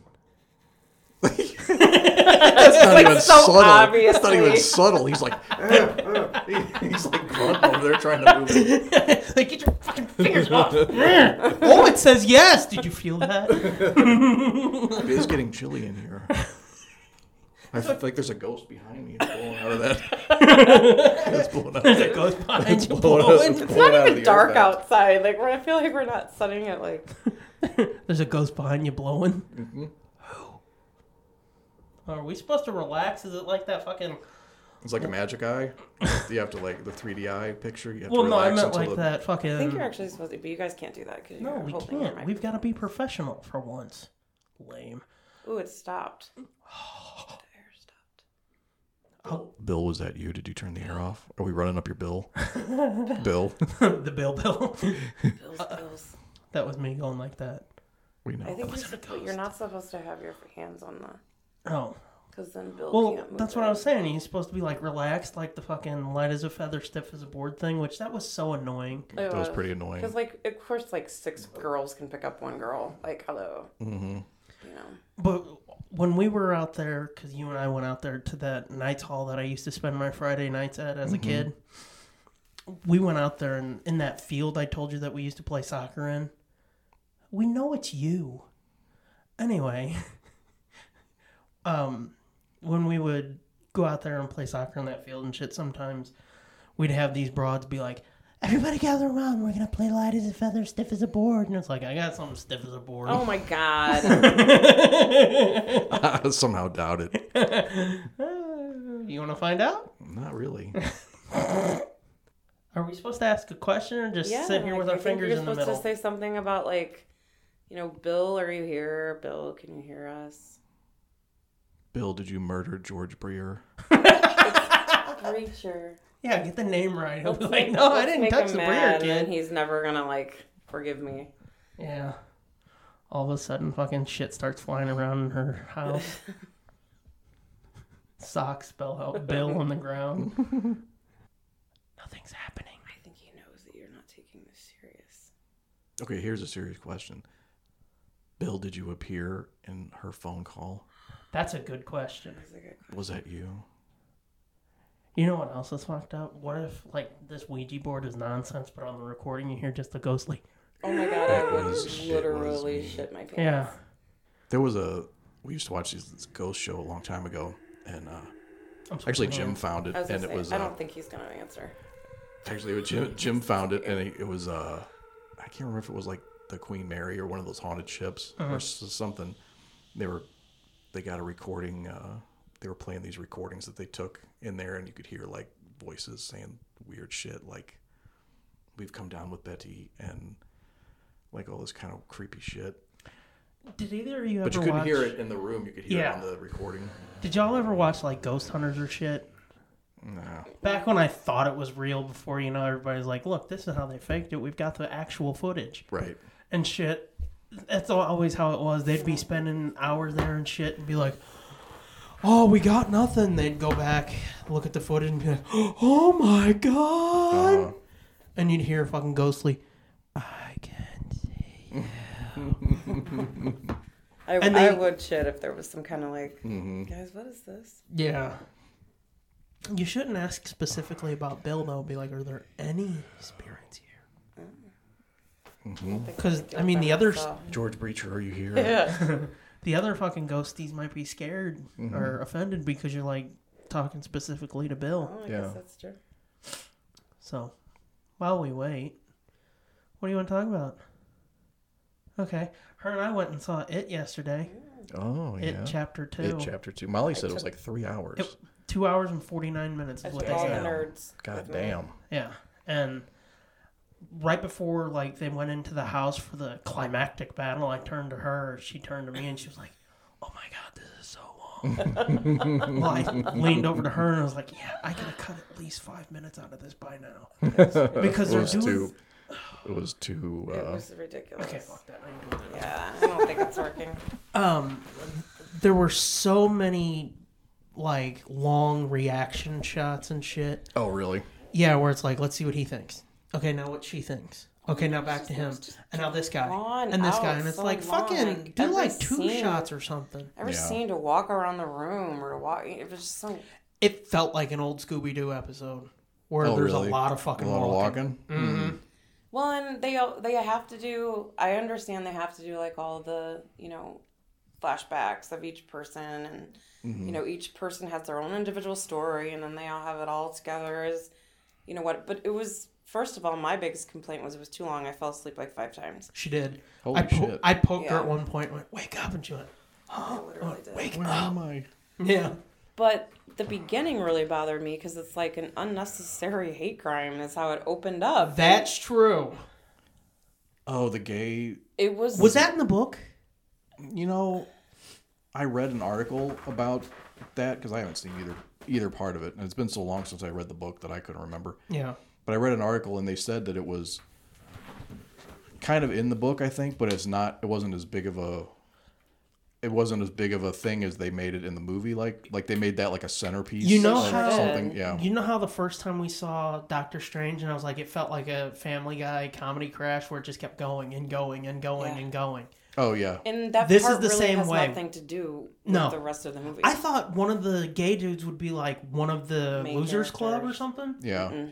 S3: It's not
S4: like
S3: even
S4: so
S3: subtle.
S4: obviously.
S3: It's not even subtle. He's like, [LAUGHS] "Eh, eh." he's like grunt over there trying to move.
S2: [LAUGHS]
S3: It.
S2: like get your fucking fingers off.
S3: [LAUGHS]
S2: oh, it says [LAUGHS] yes. Did you feel that?
S3: It is getting chilly in here. I feel like there's a ghost behind me blowing out of
S4: [LAUGHS]
S3: that. it's blowing out.
S2: It goes behind you.
S3: blowing out-
S2: blowing.
S4: "Oh, It's
S3: out
S4: not
S3: of
S4: even
S3: the
S4: dark
S3: airbag.
S4: outside. Like we're, I feel like we're not setting it
S2: [LAUGHS]
S4: like
S2: [LAUGHS] There's a ghost behind you blowing. Are we supposed to relax? Is it like that fucking?
S3: It's like a magic eye. You have to like the 3D eye picture. You have
S2: Well,
S3: to
S2: no, I
S3: relax
S2: meant
S3: until
S2: like
S3: the,
S2: that fucking.
S4: I think you're actually supposed to, but you guys can't do that because
S2: no,
S4: you're
S2: we
S4: holding your
S2: can't.
S4: mic.
S2: We've got to be professional for once. Lame. [LAUGHS]
S4: Ooh, it stopped. The air stopped.
S3: Bill, was that you? Did you turn the air off? Are we running up your
S4: [LAUGHS]
S3: bill? bill, [LAUGHS]
S2: the bill bill. [LAUGHS]
S4: Bills, bills.
S2: that was me going like that.
S3: we
S4: Uh-uh. I
S3: know.
S4: think you're, supp- you're not supposed to have your hands on the
S2: Oh.
S4: because then Bill
S2: Well,
S4: can't move.
S2: that's what
S4: it.
S2: I was saying. He's supposed to be like relaxed, like the fucking light as a feather, stiff as a board thing, which that was so annoying.
S4: It
S3: That was pretty annoying.
S4: Because like of course like six girls can pick up one girl. Like hello. Mm-hmm. You know.
S2: But when we were out there, because you and I went out there to that night's hall that I used to spend my Friday nights at as a kid, we went out there and in that field I told you that we used to play soccer in. We know it's you. Anyway, [LAUGHS] um, when we would go out there and play soccer in that field and shit, sometimes we'd have these broads be like, Everybody gather around. We're going to play light as a feather, stiff as a board. And it's like, I got something stiff as a board.
S4: Oh
S2: [LAUGHS]
S4: my god.
S3: [LAUGHS] I somehow doubt it.
S2: You want to find out?
S3: Not really. [LAUGHS]
S2: Are we supposed to ask a question or just
S4: yeah.
S2: sit here
S4: like,
S2: with
S4: I
S2: our
S4: think
S2: fingers
S4: you're
S2: in the
S4: supposed
S2: middle?
S4: to say something about like, you know, Bill, are you here? Bill, can you hear us?
S3: Bill, did you murder George Breer?
S4: Pretty sure.
S2: yeah, get the name right. He'll be
S4: Let's
S2: like,
S4: make-
S2: no, Oh, I
S4: let's
S2: didn't
S4: make
S2: touch
S4: him
S2: the
S4: mad,
S2: Breer
S4: and then
S2: kid.
S4: he's never gonna like forgive me.
S2: Yeah. All of a sudden, fucking shit starts flying around in her
S4: [LAUGHS]
S2: house. Socks spell out Bill on the
S4: [LAUGHS]
S2: ground. Nothing's happening.
S4: I think he knows that you're not taking this serious.
S3: Okay, here's a serious question. Bill, did you appear in her phone call?
S2: That's a good question.
S4: That's a good
S3: Was that you?
S2: You know what else is fucked up? What if, like, this Ouija board is nonsense, but on the recording you hear just a ghostly.
S4: Oh my god, I would
S3: was- it was
S4: literally
S3: me.
S4: shit my pants.
S2: Yeah.
S3: There was a we used to watch these, this ghost show a long time ago, and uh,
S2: I'm sorry.
S3: actually Jim found it,
S4: I was
S3: and
S4: gonna
S3: it
S4: say,
S3: was
S4: I
S3: uh,
S4: don't think he's gonna answer.
S3: actually it was Jim, Jim found it, and it, it was uh, I can't remember if it was like the Queen Mary or one of those haunted ships
S2: Uh-huh.
S3: or s- something. They were they got a recording. Uh, they were playing these recordings that they took in there, and you could hear like voices saying weird shit like "We've come down with Betty" and like all this kind of creepy shit.
S2: Did either of you ever
S3: But you couldn't
S2: watch...
S3: hear it in the room. You could hear
S2: Yeah.
S3: it on the recording.
S2: Did y'all ever watch like Ghost Hunters or shit?
S3: No.
S2: Back when I thought it was real, before you know, everybody's like, "Look, this is how they faked it. We've got the actual footage
S3: Right.
S2: and shit." That's al- always how it was. They'd be spending hours there and shit, and be like, "Oh, we got nothing." They'd go back, look at the footage, and be like, [GASPS] "Oh my god!"
S3: Uh,
S2: And you'd hear fucking ghostly, "I can." see."
S4: I,
S2: And
S4: I
S2: they-
S4: would shit if there was some kind of like, guys, what is this?
S2: Yeah. You shouldn't ask specifically about Bill though. Be like, "Are there any spirits here?"
S4: think
S2: Because
S4: could do
S2: I
S4: it
S2: mean,
S4: by
S2: the other
S4: myself.
S3: George Breacher, are you here?
S2: the other fucking ghosties might be scared
S3: Mm-hmm.
S2: or offended because you're like talking specifically to Bill.
S4: Oh, I
S3: Yeah.
S4: guess that's true.
S2: So while we wait, what do you want to talk about? Okay, her and I went and saw it yesterday.
S3: Oh,
S2: It
S3: yeah.
S2: chapter two,
S3: It chapter two. Molly said it was like three hours.
S2: It- two hours and forty nine minutes
S4: I
S2: is what
S4: took
S2: they
S4: all the
S2: said.
S4: nerds.
S3: God
S4: with me.
S3: damn.
S2: Yeah, and right before like they went into the house for the climactic battle, I turned to her. She turned to me, and she was like, "Oh my god, this is so long." well, I leaned over to her and I was like, "Yeah, I gotta cut at least five minutes out of this by now because
S3: It
S2: they're
S3: was
S2: doing."
S3: too. It was too.
S4: It
S3: Uh,
S4: was ridiculous.
S2: Okay, fuck that. I ain't doing that.
S4: Yeah, I don't think
S2: [LAUGHS]
S4: it's working.
S2: Um, there were so many like long reaction shots and shit.
S3: oh, really?
S2: Yeah, where it's like, let's see what he thinks. Okay, now what she thinks. Okay, now back to him. And now this guy.
S4: drawn
S2: And this guy.
S4: out
S2: And it's
S4: so
S2: like,
S4: long,
S2: fucking
S4: like,
S2: do
S4: every
S2: like two
S4: scene.
S2: shots or something.
S4: Every
S3: Yeah.
S4: scene to walk around the room or to walk, it was just so.
S2: It felt like an old Scooby Doo episode where
S3: Oh,
S2: there's
S3: really?
S2: a lot of fucking
S3: A lot of
S2: walking.
S3: walking. Mm-hmm.
S4: Well, and they they have to do. I understand they have to do like all the you know flashbacks of each person and
S3: Mm-hmm.
S4: you know each person has their own individual story and then they all have it all together as you know what but it was first of all my biggest complaint was it was too long i fell asleep like five times
S2: She did.
S3: Holy
S2: I, po-
S3: shit.
S2: I poked her
S4: Yeah.
S2: at one point. and Went, wake up, and she went,
S4: I literally did.
S2: wake
S3: Where
S2: up.
S3: am I?
S2: Yeah.
S4: But the beginning really bothered me because it's like an unnecessary hate crime is how it opened up.
S2: That's true.
S3: Oh, the gay.
S4: It was,
S2: Was that in the book?
S3: You know, I read an article about that because I haven't seen either either part of it, and it's been so long since I read the book that I couldn't remember.
S2: Yeah.
S3: But I read an article and they said that it was kind of in the book, I think, but it's not. It wasn't as big of a. It wasn't as big of a thing as they made it in the movie. Like, like they made that like a centerpiece.
S2: You know
S3: of
S2: how-
S3: something, yeah.
S2: You know how the first time we saw Doctor Strange, and I was like, it felt like a Family Guy comedy crash where it just kept going and going and going
S4: Yeah.
S2: and going.
S3: Oh yeah.
S4: and that
S2: This
S4: part
S2: is the
S4: really
S2: same
S4: has
S2: way.
S4: nothing to do with
S2: No.
S4: the rest of the movie.
S2: I thought one of the gay dudes would be like one of the
S4: Main
S2: losers club or
S4: characters.
S2: something.
S3: Yeah.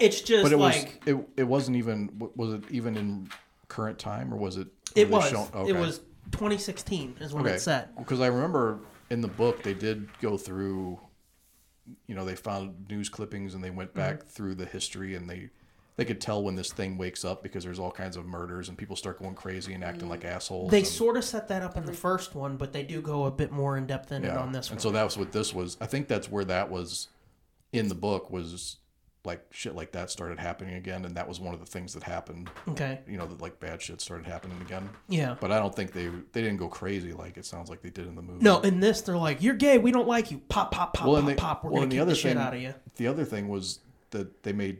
S2: It's just
S3: But it was
S2: like
S3: it, it wasn't even w- was it even in current time or was it
S2: it
S3: were they
S2: was.
S3: shown-
S2: It was 2016 is when
S3: okay.
S2: it set.
S3: Because I remember in the book they did go through you know, they found news clippings and they went
S2: Mm-hmm.
S3: back through the history and they they could tell when this thing wakes up because there's all kinds of murders and people start going crazy and acting like assholes.
S2: They
S3: and,
S2: sort of set that up in the first one, but they do go a bit more in depth in it on this one.
S3: And so that was what this was. I think that's where that was in the book was like shit like that started happening again and that was one of the things that happened.
S2: okay.
S3: You know, that like bad shit started happening again.
S2: Yeah.
S3: But I don't think they they didn't go crazy like it sounds like they did in the movie.
S2: No, in this they're like, "You're gay. We don't like you." Pop, pop, pop,
S3: Well,
S2: pop,
S3: and they-
S2: pop. We're gonna
S3: well, and the
S2: kick
S3: other
S2: the shit
S3: thing-
S2: out of you.
S3: The other thing was that they made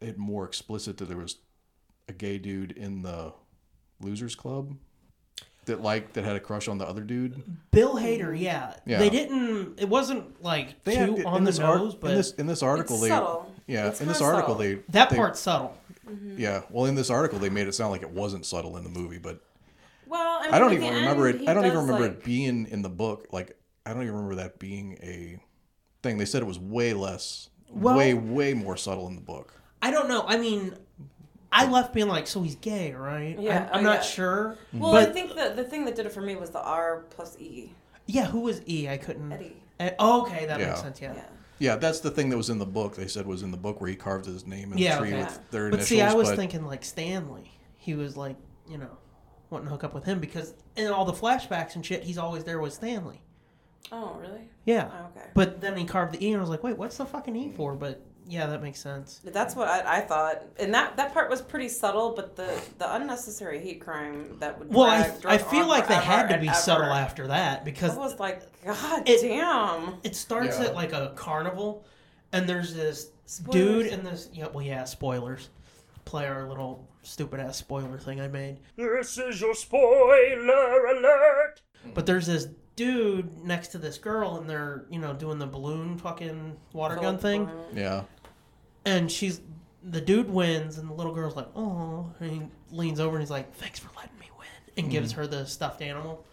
S3: it more explicit that there was a gay dude in the losers club that like that had a crush on the other dude.
S2: Bill Hader, yeah.
S3: Yeah.
S2: They didn't. It wasn't like
S3: They
S2: too
S3: acted-
S2: on the
S3: this art-
S2: nose, but
S3: in this in this article
S4: It's
S3: they
S4: subtle.
S3: yeah
S4: It's
S3: in this
S4: kinda
S3: article
S4: subtle. Mm.
S3: they
S2: that
S3: they-
S2: part's subtle.
S3: yeah well in this article they made it sound like it wasn't subtle in the movie but
S4: well, I, mean,
S3: I don't
S4: at
S3: even
S4: the
S3: remember
S4: end,
S3: it.
S4: he
S3: I don't even
S4: does,
S3: remember
S4: like-
S3: it being in the book. Like I don't even remember that being a thing. They said it was way less,
S2: Well-
S3: way way more subtle in the book.
S2: I don't know. I mean, I left being like, "So he's gay, right?"
S4: Yeah,
S2: I'm, I'm
S4: oh,
S2: not
S4: yeah.
S2: sure.
S4: Well,
S2: but
S4: I think the the thing that did it for me was the R plus E.
S2: yeah, who was E? I couldn't.
S4: Eddie.
S2: Eh, oh, okay, that
S3: Yeah.
S2: makes sense. Yeah.
S4: Yeah.
S3: Yeah, that's the thing that was in the book. They said was in the book where he carved his name in
S2: Yeah,
S3: the tree
S2: okay.
S3: with their
S2: But
S3: initials.
S2: see, I was
S3: but
S2: thinking like Stanley. He was like, you know, wanting to hook up with him because in all the flashbacks and shit, he's always there with Stanley.
S4: Oh, really?
S2: Yeah.
S4: Oh, okay.
S2: But then he carved the E, and I was like, wait, what's the fucking E for? But yeah, that makes sense.
S4: That's what I, I thought, and that, that part was pretty subtle. But the, the unnecessary hate crime that would
S2: Well, I,
S4: drag-
S2: I
S4: drag
S2: feel
S4: on
S2: like they
S4: forever
S2: had to
S4: and
S2: be
S4: ever.
S2: subtle after that because
S4: I was like, God
S2: It-
S4: damn.
S2: it starts
S3: Yeah.
S2: at like a carnival, and there's this dude
S4: Spoilers.
S2: and this. Yeah, well, yeah, spoilers. Play our little stupid ass spoiler thing I made.
S1: This is your spoiler alert.
S2: But there's this dude next to this girl, and they're, you know, doing the balloon fucking water gun thing.
S3: yeah,
S2: and she's the dude wins and the little girl's like oh and he leans over and he's like thanks for letting me win and gives her the stuffed animal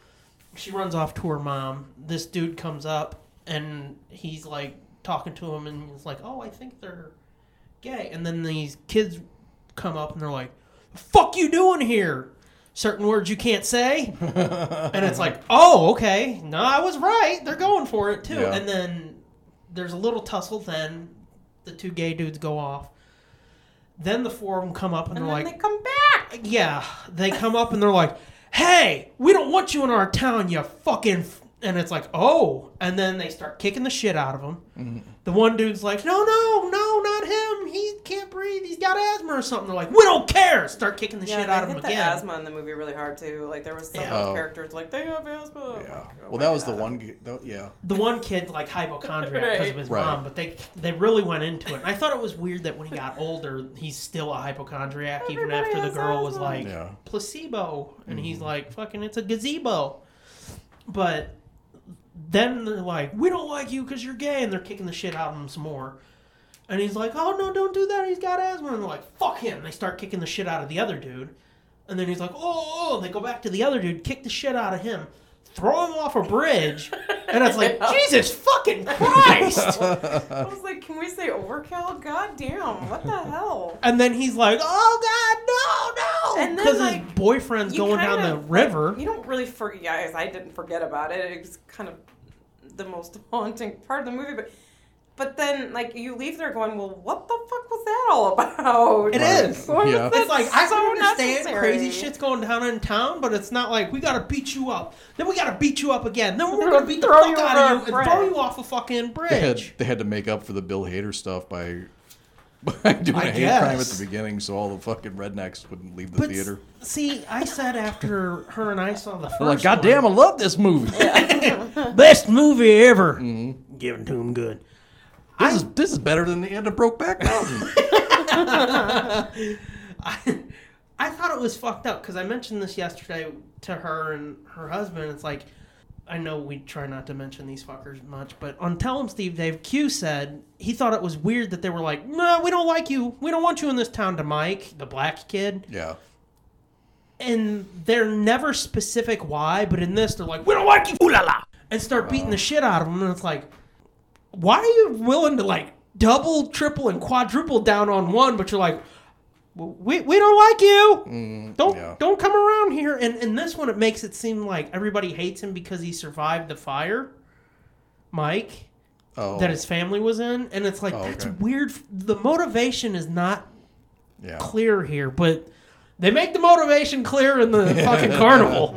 S2: she runs off to her mom this dude comes up and he's like talking to him and he's like oh i think they're gay and then these kids come up and they're like fuck you doing here certain words you can't say and it's like oh okay no i was right they're going for it too
S3: Yeah.
S2: and then there's a little tussle then the two gay dudes go off then the four of them come up and,
S4: And
S2: they're
S4: then
S2: like
S4: they come back.
S2: yeah they come up and they're like hey we don't want you in our town you fucking f-. and it's like oh and then they start kicking the shit out of him
S3: Mm-hmm.
S2: the one dude's like no no no not him he can't breathe he's got asthma or something they're like we don't care start kicking the
S4: Yeah,
S2: shit out
S4: they
S2: of him
S4: hit the
S2: again
S4: asthma in the movie really hard too. Like there was some of
S3: Yeah.
S4: the characters like they have asthma.
S3: yeah.
S4: Oh
S3: Well,
S4: my
S3: that was the
S4: God.
S3: one. g- That, yeah,
S2: the one kid like hypochondriac because of his
S3: Right.
S2: mom, but they they really went into it. And I thought it was weird that when he got older, he's still a hypochondriac, even
S4: Everybody
S2: after the
S4: has
S2: girl was
S4: asthma.
S2: like
S3: Yeah.
S2: placebo, and he's like fucking it's a gazebo. But then they're like, we don't like you because you're gay, and they're kicking the shit out of him some more. And he's like, oh no, don't do that. He's got asthma. And they're like, fuck him. And they start kicking the oh." shit out of the other dude. And then he's like, oh, oh. And they go back to the other dude, kick the shit out of him. throw him off a bridge, and it's like Jesus fucking Christ. [LAUGHS]
S4: I was like, can we say overkill? God damn, what the hell?
S2: and then he's like, "Oh God, no, no!"
S4: And then,
S2: Because his
S4: like,
S2: boyfriend's
S4: you
S2: going down
S4: kinda-
S2: the river.
S4: You don't really forget, guys. I didn't forget about it. It was kind of the most [LAUGHS] haunting part of the movie, but but then like you leave there going, well, what the fuck was that all [LAUGHS] about?
S2: It is.
S4: What was
S3: Yeah.
S4: that
S2: It's like I
S4: so
S2: can understand
S4: necessary?
S2: crazy shit's going down in town, but it's not like we gotta beat you up. Then we gotta beat you up again. Then we're gonna beat the
S4: Throw
S2: fuck
S4: you
S2: out of
S4: over
S2: you
S4: a
S2: and throw
S4: bridge.
S2: you off a fucking
S3: [LAUGHS] They had,
S2: bridge.
S3: they had to make up for the Bill Hader stuff by, [LAUGHS] by doing
S2: I
S3: a hate crime at
S2: guess.
S3: the beginning, so all the fucking rednecks wouldn't leave the
S2: But s-
S3: theater.
S2: see, I said after her and I saw the first
S3: They're like,
S2: one,
S3: God damn, I love this movie. this
S2: best movie ever. Give it to him good.
S3: is this is better than the end of Brokeback Mountain.
S2: [LAUGHS] I thought it was fucked up because I mentioned this yesterday to her and her husband. It's like, I know we try not to mention these fuckers much, but on Tell 'em Steve, Dave Q said he thought it was weird that they were like, no, we don't like you. We don't want you in this town to Mike, the black kid.
S3: [LAUGHS] yeah.
S2: And they're never specific why, but in this, they're like, we don't like you, ooh la la, and start beating the shit out of them. And it's like, why are you willing to like double, triple, and quadruple down on one, but you're like, we, we don't like you. don't
S3: yeah.
S2: don't come around here. And in this one, it makes it seem like everybody hates him because he survived the fire, Mike,
S3: Oh,
S2: that his family was in. And it's like
S3: Oh,
S2: that's
S3: okay.
S2: weird. The motivation is not
S3: yeah.
S2: clear here, but they make the motivation clear in
S3: [LAUGHS]
S2: the fucking carnival.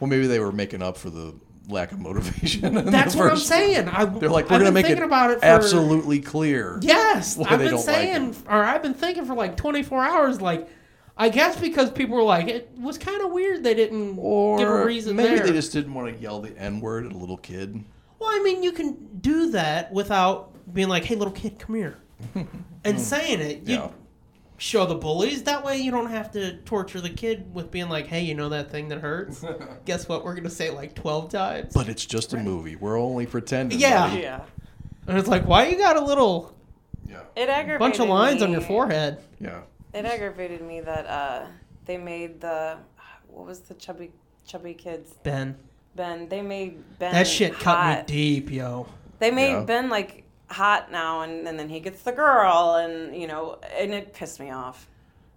S3: Well, maybe they were making up for the lack of motivation. in the
S2: That's what I'm
S3: first-
S2: saying. I,
S3: They're like,
S2: I've
S3: we're going to
S2: been
S3: make it,
S2: thinking about it for,
S3: absolutely clear.
S2: Yes,
S3: why
S2: I've
S3: they
S2: been
S3: don't like
S2: saying, or I've been thinking for like 24 hours. Like, I guess because people were like, it was kind of weird they didn't give a
S3: Or
S2: reason.
S3: maybe
S2: there.
S3: they just didn't want to yell the N word at a little kid.
S2: Well, I mean, you can do that without being like, "Hey, little kid, come
S3: [LAUGHS]
S2: here," and saying it. You
S3: Yeah.
S2: show the bullies that way. You don't have to torture the kid with being like, "Hey, you know that thing that hurts? Guess what? We're gonna say it like 12 times."
S3: But it's just a movie. We're only pretending.
S2: Yeah.
S3: buddy.
S4: Yeah.
S2: And it's like, why you got a little
S3: Yeah.
S4: It aggravated
S2: bunch of lines on your
S4: me.
S2: forehead?
S3: Yeah.
S4: It aggravated me that uh, they made the what was the chubby chubby kids
S2: Ben,
S4: Ben. They made Ben
S2: that shit
S4: hot.
S2: cut me deep, yo.
S4: They made
S3: Yeah.
S4: Ben like hot now, and, and then he gets the girl, and you know, and it pissed me off.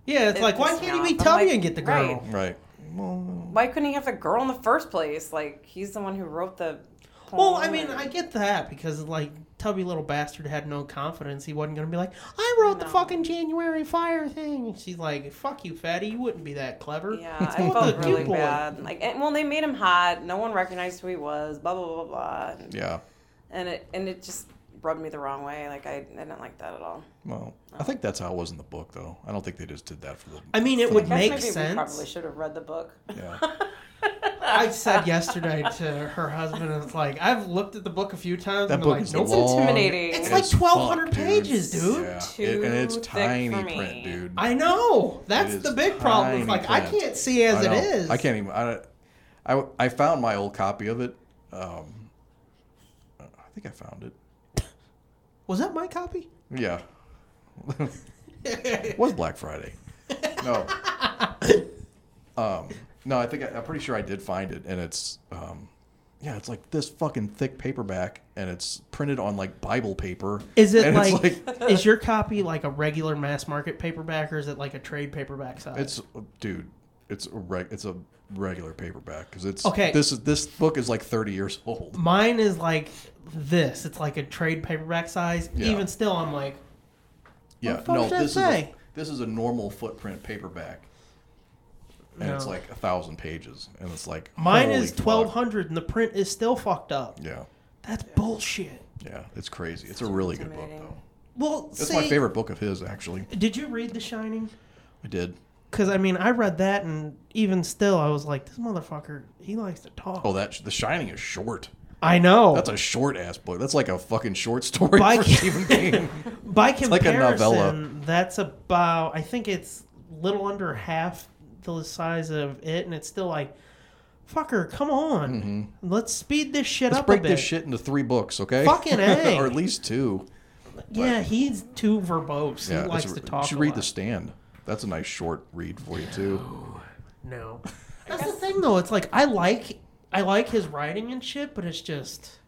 S2: Yeah, it's
S4: It
S2: like, why
S4: pissed me
S2: can't he be
S4: off. I'm
S2: Tubby
S4: like,
S2: and get the girl?
S4: right.
S3: Right. Well,
S4: Why couldn't he have the girl in the first place? Like he's the one who wrote the. Poem
S2: Well, I mean,
S4: and-
S2: I get that because like tubby little bastard had no confidence. He wasn't gonna be like, I wrote the
S4: No.
S2: fucking January fire thing. And she's like, fuck you, fatty. You wouldn't be that clever.
S4: Yeah,
S2: Let's
S4: I
S2: go with
S4: felt
S2: the
S4: really
S2: cute boy."
S4: bad. Like, and, well, they made him hot. No one recognized who he was. Blah blah blah blah blah. And,
S3: yeah.
S4: and it and it just rubbed me the wrong way. Like I, I didn't like that at all.
S3: Well, I think that's how it was in the book, though. I don't think they just did that for the.
S2: I mean, it
S3: for
S2: would
S3: the-
S4: Guess
S2: make
S4: maybe We probably
S2: sense.
S4: should have read the book. [LAUGHS]
S2: [LAUGHS]
S3: Yeah.
S2: I said yesterday to her husband, and it's like I've looked at the book a few times.
S3: That
S2: and been
S3: book
S2: like,
S3: is
S2: "Nope."
S4: It's
S3: long.
S4: intimidating.
S2: It's
S4: It's
S2: like
S3: as fuck,
S2: 1,200 pages, dude.
S3: Yeah.
S4: Too
S3: It- and it's
S4: thick for
S3: tiny
S4: me.
S3: print, dude.
S2: I know
S3: It
S2: that's
S3: is
S2: the big problem. It's
S3: tiny
S2: like I
S3: print.
S2: can't see as
S3: I
S2: it
S3: know.
S2: is.
S3: I can't even. I, I, I found my old copy of it. Um, I think I found it.
S2: Was that my copy? [LAUGHS]
S3: Yeah. it was Black Friday.
S2: [LAUGHS]
S3: No. um, no, I think I, I'm pretty sure I did find it, and it's um, yeah, it's like this fucking thick paperback, and it's printed on like Bible paper.
S2: Is it
S3: and
S2: like,
S3: It's,
S2: [LAUGHS]
S3: like
S2: is your copy like a regular mass market paperback or is it like a trade paperback size?
S3: it's dude, it's a reg, it's a regular paperback because it's
S2: Okay.
S3: This is this book is like 30 years old.
S2: Mine is like this. It's like a trade paperback size.
S3: Yeah.
S2: Even still, I'm like,
S3: Yeah,
S2: the fuck does
S3: no,
S2: that
S3: this is a,
S2: say?
S3: this is a normal footprint paperback. And it's
S2: No.
S3: like a thousand pages, and it's like
S2: mine
S3: holy
S2: is
S3: fuck.
S2: 1200 and the print is still fucked up.
S3: Yeah,
S2: That's bullshit.
S3: Yeah, it's crazy. It's a really good book,
S4: intimidating.
S3: though.
S2: Well,
S3: It's
S2: see,
S3: my favorite book of his, actually.
S2: Did you read The Shining?
S3: I did.
S2: Because, I mean, I read that and even still, I was like, this motherfucker, he likes to talk.
S3: Oh, that The Shining is short.
S2: I know.
S3: That's a short ass book. That's like a fucking short [LAUGHS] story
S2: By-
S3: for
S2: [LAUGHS]
S3: Stephen King.
S2: By
S3: like a
S2: comparison,
S3: novella.
S2: that's about, I think it's little under half the size of it, and it's still like, fucker, come on. Let's speed this shit
S3: Mm-hmm. Let's
S2: up a
S3: break
S2: bit.
S3: this shit into three books, okay?
S2: Fucking A.
S3: [LAUGHS] or at least two.
S2: Yeah, he's too verbose. he likes
S3: it's-
S2: to talk.
S3: You should
S2: a
S3: read
S2: lot.
S3: The Stand. That's
S2: [GASPS]
S3: a nice short read for you too.
S2: No, that's the thing though. It's like I like I like his writing and shit, but it's just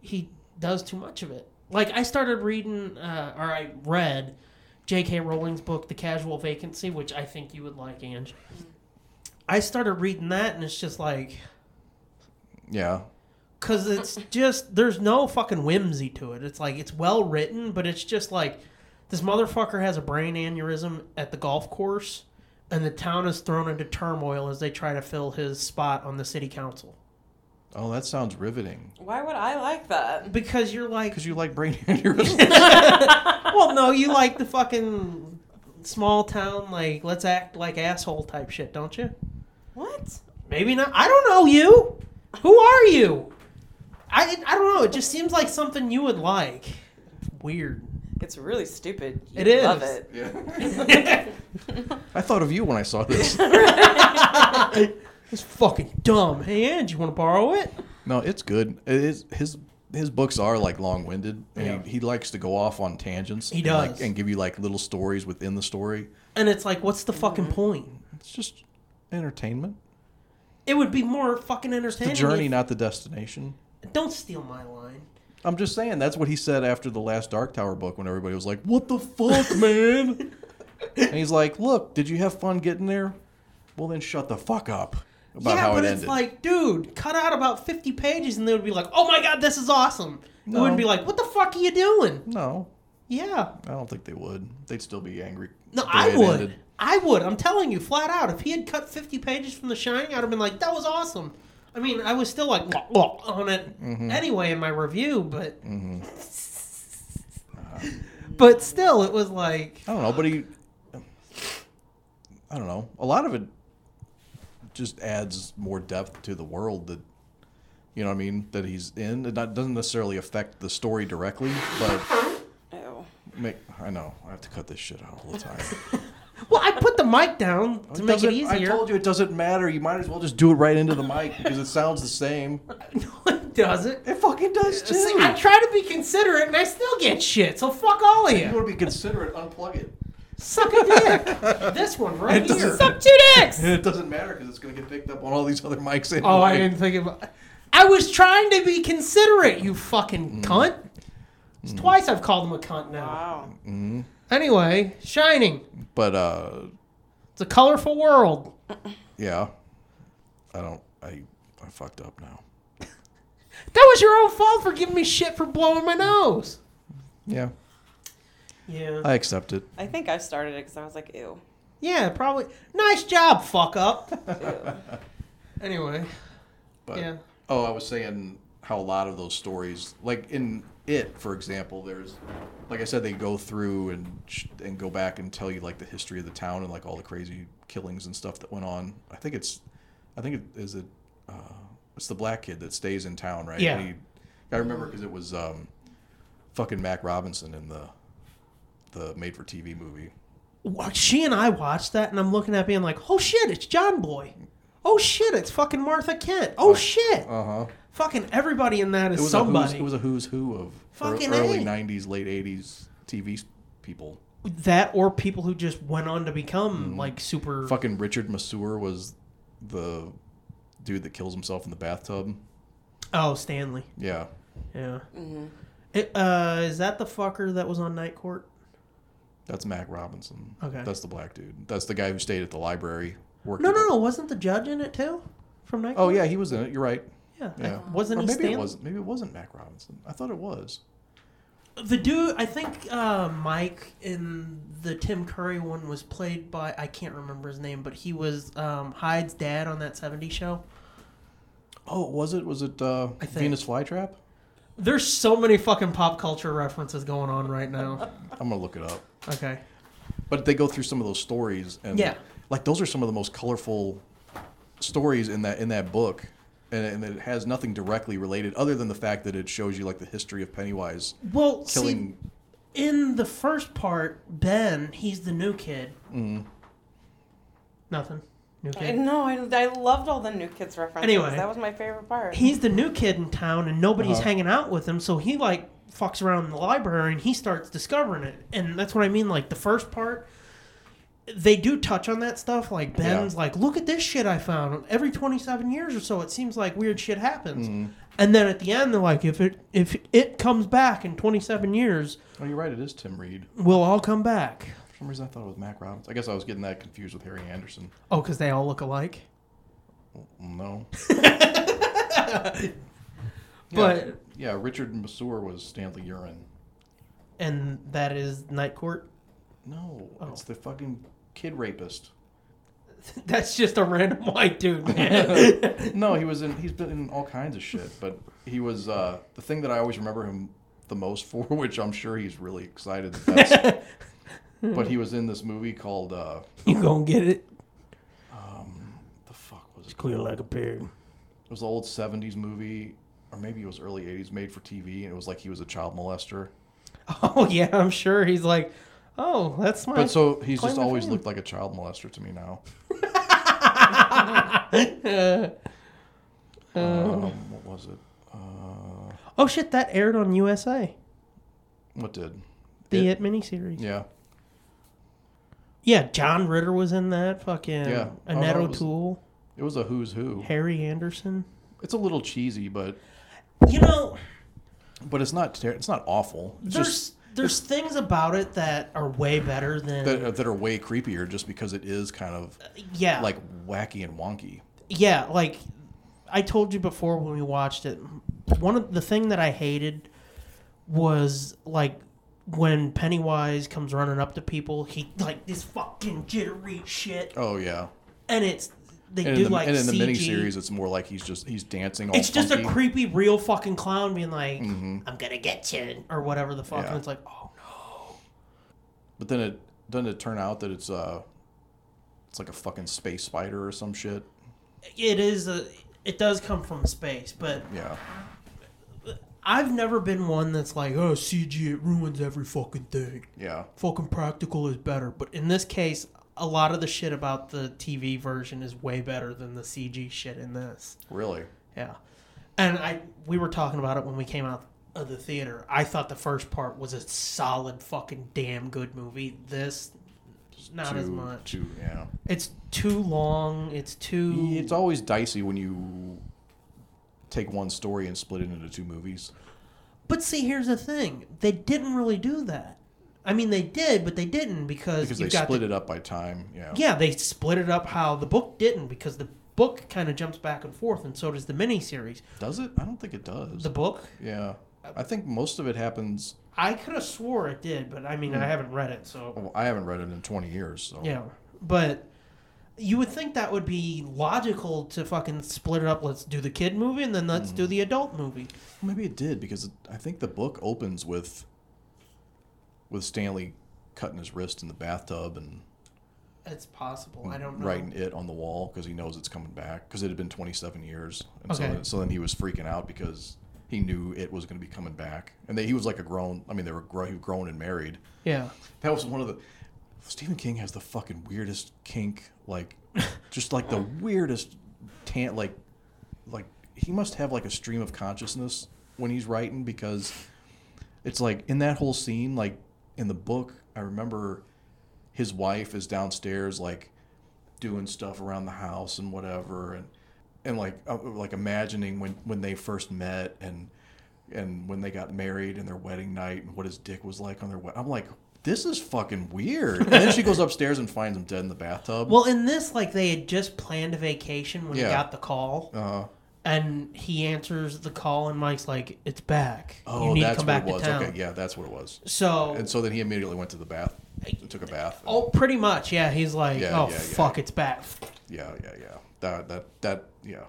S2: he does too much of it. Like I started reading, uh, or I read J.K. Rowling's book, The Casual Vacancy, which I think you would like, Ange. I started reading that, and it's just like,
S3: Yeah.
S2: cause it's just there's no fucking whimsy to it. It's like it's well written, but it's just like this motherfucker has a brain aneurysm at the golf course, and the town is thrown into turmoil as they try to fill his spot on the city council.
S3: Oh, that sounds riveting.
S4: Why would I like that?
S2: Because you're like,
S3: Because you like brain [LAUGHS] aneurysms.
S2: well, no, you like the fucking small town, like let's act like asshole type shit, don't you?
S4: What?
S2: Maybe not. I don't know you. Who are you? I I don't know. It just seems like something you would like. Weird. [LAUGHS]
S4: It's really stupid. You
S2: It is.
S4: Love it.
S3: I thought of you when I
S2: [LAUGHS]
S3: saw this.
S2: It's fucking dumb. Hey, Ange, you want to borrow it?
S3: No, it's good. It is, his his books are like long winded, and
S2: Yeah.
S3: he, he likes to go off on tangents.
S2: He
S3: and, like-
S2: does.
S3: and give you like little stories within the story.
S2: And it's like, what's the fucking
S3: Mm-hmm.
S2: point?
S3: It's just entertainment.
S2: It would be more fucking
S3: The
S2: entertaining.
S3: journey, not the destination.
S2: if- Don't steal my line.
S3: I'm just saying that's what he said after the last Dark Tower book when everybody was like, "What
S2: [LAUGHS]
S3: the fuck, man?" and he's like, "Look, did you have fun getting there? Well, then shut the fuck up about
S2: yeah,
S3: how
S2: but
S3: it
S2: it's
S3: ended."
S2: like, dude, cut out about fifty pages, and they would be like, "Oh my god, this is awesome." It
S3: No.
S2: wouldn't be like, "What the fuck are you doing?"
S3: no,
S2: Yeah,
S3: I don't think they would. They'd still be angry.
S2: no,
S3: the way
S2: I
S3: it
S2: would.
S3: ended.
S2: I would. I'm telling you, flat out. If he had cut fifty pages from The Shining, I'd have been like, "That was awesome." I mean, I was still like
S3: Mm-hmm.
S2: on it anyway in my review, but
S3: Mm-hmm.
S2: [LAUGHS] but still, it was like
S3: I don't know, but he. I don't know. A lot of it just adds more depth to the world that, you know what I mean, that he's in. It not, doesn't necessarily affect the story directly, but
S4: Ew.
S3: make, I know. I have to cut this shit out all the time.
S2: Well, I put the mic down to make
S3: It
S2: it
S3: doesn't- I
S2: easier.
S3: told you it doesn't matter. You might as well just do it right into the mic because it sounds the same.
S2: [LAUGHS] no, it doesn't.
S3: It fucking does too.
S2: See, I try to be considerate and I still get shit, so fuck all of
S3: you
S2: you.
S3: want to be considerate, unplug it.
S2: Suck
S3: [LAUGHS]
S2: a dick. this one right
S3: It doesn't-
S2: here.
S3: Suck
S2: two dicks.
S3: And it doesn't matter because it's going to get picked up on all these other mics anyway.
S2: Oh, I didn't think about. I was trying to be considerate, you
S3: Mm.
S2: fucking cunt. It's twice I've called him a cunt now.
S4: Wow.
S2: Anyway, Shining.
S3: But, uh,
S2: It's a colorful world.
S3: yeah. I don't. I, I fucked up now.
S2: That was your own fault for giving me shit for blowing my nose.
S3: Yeah.
S2: Yeah.
S3: I accept it.
S4: I think I started it because I was like, ew.
S2: yeah, probably. Nice job, fuck up. anyway,
S3: But,
S2: yeah.
S3: Oh, I was saying how a lot of those stories, like in it, for example, there's, like I said, they go through and sh- and go back and tell you like the history of the town and like all the crazy killings and stuff that went on. I think it's, I think it is it, uh, it's the black kid that stays in town, right?
S2: Yeah.
S3: And he- I remember because it was um, fucking Mac Robinson in the, the made-for-TV movie.
S2: Wa- she and I watched that, and I'm looking at being like, oh shit, it's John Boy. Oh shit, it's fucking Martha Kent. Oh shit,
S3: Uh huh.
S2: fucking everybody in that
S3: It
S2: is
S3: was A who's,
S2: somebody.
S3: it was a who's who of ear-
S2: Fucking
S3: early
S2: A.
S3: '90s, late '80s TV people.
S2: that or people who just went on to become
S3: Mm-hmm.
S2: like super.
S3: Fucking Richard Masur was the dude that kills himself in the bathtub.
S2: Oh, Stanley.
S3: Yeah.
S2: Yeah. It, uh, is that the fucker that was on Night Court?
S3: That's Mac Robinson.
S2: Okay.
S3: That's the black dude. That's the guy who stayed at the library. Working
S2: No, no, no. Wasn't the judge in it too? From Night
S3: Oh
S2: Court?
S3: yeah, he was in it. You're right.
S2: yeah. I-
S3: Yeah.
S2: wasn't
S3: or
S2: he
S3: maybe
S2: Stanley?
S3: it wasn't. Maybe it wasn't Mac Robinson. I thought it was.
S2: The dude, I think uh, Mike in the Tim Curry one was played by I can't remember his name, but he was um, Hyde's dad on that '70s show.
S3: Oh, was it? Was it uh,
S2: I think.
S3: Venus Flytrap?
S2: There's so many fucking pop culture references going on right now.
S3: I'm gonna look it up.
S2: Okay.
S3: But they go through some of those stories, and
S2: Yeah.
S3: like those are some of the most colorful stories in that in that book, and, and it has nothing directly related other than the fact that it shows you like the history of Pennywise
S2: Well,
S3: killing.
S2: see, in the first part, Ben, he's the new kid. Mm. Nothing. New
S4: I,
S2: kid.
S4: no, I, I loved all the new kids references.
S2: Anyway.
S4: that was my favorite part.
S2: He's the new kid in town, and nobody's
S3: Uh-huh.
S2: hanging out with him, so he like fucks around in the library and he starts discovering it. And that's what I mean. Like the first part they do touch on that stuff. Like Ben's
S3: Yeah.
S2: like, look at this shit I found. Every twenty seven years or so, it seems like weird shit happens.
S3: Mm-hmm.
S2: And then at the end, they're like, if it if it comes back in twenty seven years,
S3: Oh, you're right. It is Tim Reed.
S2: we'll all come back.
S3: For some reason, I thought it was Mac Robbins. I guess I was getting that confused with Harry Anderson.
S2: Oh, because they all look alike.
S3: No.
S2: But
S3: Yeah, Richard Masur was Stanley Urin.
S2: and that is Night Court. [LAUGHS]
S3: No, it's the fucking kid rapist.
S2: That's just a random white dude.
S3: [LAUGHS]
S2: man.
S3: No, he was in. He's been in all kinds of shit, but he was uh, the thing that I always remember him the most [LAUGHS] for, which I'm sure he's really excited. That that's, but he was in this movie called uh,
S2: you gonna get it?
S3: the fuck was it?
S2: Clear like a pig.
S3: It was an old '70s movie, or maybe it was early '80s, made for TV, and it was like he was a child molester.
S2: [LAUGHS] Oh yeah, I'm sure he's like, oh, that's my.
S3: But so he's
S2: Claim
S3: just
S2: to
S3: always
S2: fame.
S3: looked like a child molester to me now. um, what was it? Uh,
S2: oh shit, that aired on USA,
S3: what did?
S2: the
S3: It-
S2: It, miniseries.
S3: Yeah.
S2: Yeah, John Ritter was in that. Fucking
S3: Yeah. Oh,
S2: Annette
S3: that was-
S2: O'Toole,
S3: It was a who's who.
S2: Harry Anderson.
S3: It's a little cheesy, but
S2: You know,
S3: but it's not ter- it's not awful. It's
S2: there's
S3: just
S2: there's things about it that are way better than
S3: that, that are way creepier just because it is kind of
S2: yeah,
S3: like wacky and wonky.
S2: yeah, like I told you before when we watched it, one of the thing that I hated was like when Pennywise comes running up to people, he like this fucking jittery shit,
S3: Oh yeah.
S2: and it's they
S3: And
S2: do
S3: in the,
S2: like
S3: and in the
S2: CG.
S3: miniseries, it's more like he's just he's dancing. All
S2: It's just a
S3: funky. Mm-hmm.
S2: creepy, real fucking clown being like, "I'm gonna get you" or whatever the fuck,
S3: Yeah.
S2: and it's like, oh no,
S3: But then it doesn't it turn out that it's uh it's like a fucking space spider or some shit.
S2: it is a, it does come from space, but
S3: Yeah.
S2: I've never been one that's like, oh CG, it ruins every fucking thing.
S3: Yeah.
S2: fucking practical is better. But in this case, a lot of the shit about the TV version is way better than the CG shit in this.
S3: Really.
S2: Yeah. And I we were talking about it when we came out of the theater. I thought the first part was a solid fucking damn good movie. This not as
S3: Too-
S2: much.
S3: too- yeah.
S2: It's too long. It's too
S3: It's always dicey when you take one story and split it into two movies.
S2: But see, here's the thing. They didn't really do that. I mean, they did, but they didn't because,
S3: Because
S2: you've
S3: they
S2: got the
S3: split it up by time. Yeah.
S2: Yeah, they split it up how the book didn't because the book kind of jumps back and forth, and so does the miniseries.
S3: Does it? I don't think it does.
S2: The book,
S3: Yeah. I think most of it happens.
S2: I could have swore it did, but I mean,
S3: Hmm.
S2: I haven't read it, so
S3: Well, I haven't read it in 20 years. So.
S2: yeah. But you would think that would be logical to fucking split it up. Let's do the kid movie, and then let's
S3: Mm-hmm.
S2: do the adult movie.
S3: Maybe it did because it, I think the book opens with with Stanley cutting his wrist in the bathtub and
S2: It's possible. I don't know.
S3: writing it on the wall because he knows it's coming back because it had been 27 years. And so,
S2: Okay.
S3: then, so then he was freaking out because he knew it was going to be coming back. And they, he was like a grown, I mean, they were grown, he was grown and married.
S2: Yeah.
S3: That was one of the. Stephen King has the fucking weirdest kink,
S2: [LAUGHS]
S3: like, just like the weirdest tan, like, like he must have like a stream of consciousness when he's writing because it's like in that whole scene, like in the book, I remember his wife is downstairs, like, doing stuff around the house and whatever, and and like uh, like imagining when when they first met and and when they got married and their wedding night and what his dick was like on their wedding. I'm like, this is fucking weird. And then she goes upstairs and finds him dead in the bathtub.
S2: Well, in this, like they had just planned a vacation when
S3: Yeah.
S2: he got the call.
S3: uh,
S2: and he answers the call, and Mike's like, "It's back.
S3: oh,
S2: you need to
S3: that's
S2: come
S3: what it
S2: back
S3: was.
S2: to town."
S3: Okay, yeah, that's what it was.
S2: So
S3: And so then he immediately went to the bath, took a bath.
S2: Oh, pretty much. Yeah, he's like,
S3: Yeah,
S2: oh
S3: yeah, yeah.
S2: fuck, it's back.
S3: Yeah, yeah, yeah. That that that yeah.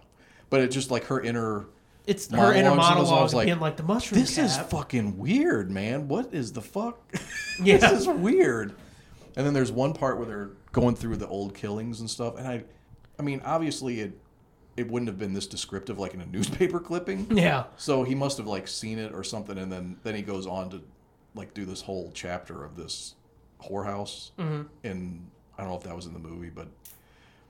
S3: But it just like her inner.
S2: It's her
S3: Monologues
S2: inner
S3: and those, I was
S2: monologue
S3: like,
S2: being like the mushroom.
S3: This is
S2: cap."
S3: fucking weird, man. What is the fuck? [LAUGHS]
S2: Yeah.
S3: this is weird. And then there's one part where they're going through the old killings and stuff, and I, I mean, obviously it, it wouldn't have been this descriptive like in a [LAUGHS] newspaper clipping.
S2: [LAUGHS] yeah.
S3: So he must have like seen it or something, and then then he goes on to, like, do this whole chapter of this whorehouse.
S2: Mm-hmm.
S3: mm In I don't know if that was in the movie, but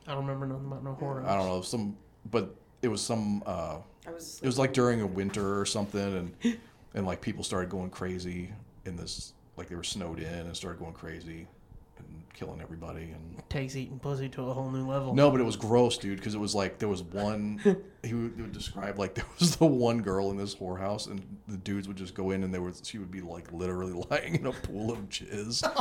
S2: I don't remember nothing about no horror.
S3: I don't know some, but it was some. uh
S4: I was
S3: it was like during a winter or something and and like people started going crazy in this like they were snowed in and started going crazy and killing everybody and
S2: Takes eating pussy to a whole new level.
S3: No, but it was gross, dude, because it was like there was one. he would, he would describe like [LAUGHS] there was the one girl in this whorehouse, and the dudes would just go in, and there was she would be like literally [LAUGHS] lying in a pool of jizz, and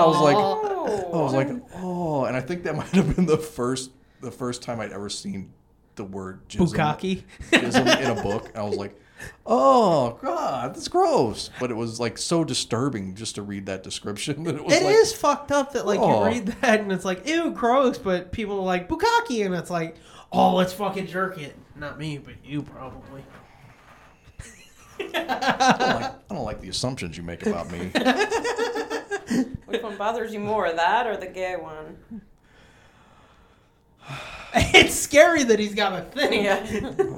S3: I was like, I was like, oh, and I think that [LAUGHS] might have been the first the first time I'd ever seen the word jism,
S2: Bukaki.
S3: jism in a book. And I was like, oh god, that's gross, but it was like so disturbing just to read that description. That it was
S2: It is
S3: like,
S2: fucked up that like
S3: Aw.
S2: you read that and it's like ew gross, but people are like bukkake and it's like oh let's fucking jerk it. Not me, but you probably. [LAUGHS]
S3: I don't like, I don't like the assumptions you make about
S4: [LAUGHS]
S3: me.
S4: Which one bothers you more, that or the gay
S2: [LAUGHS]
S4: one?
S2: It's scary that he's got a thing.
S4: Yeah.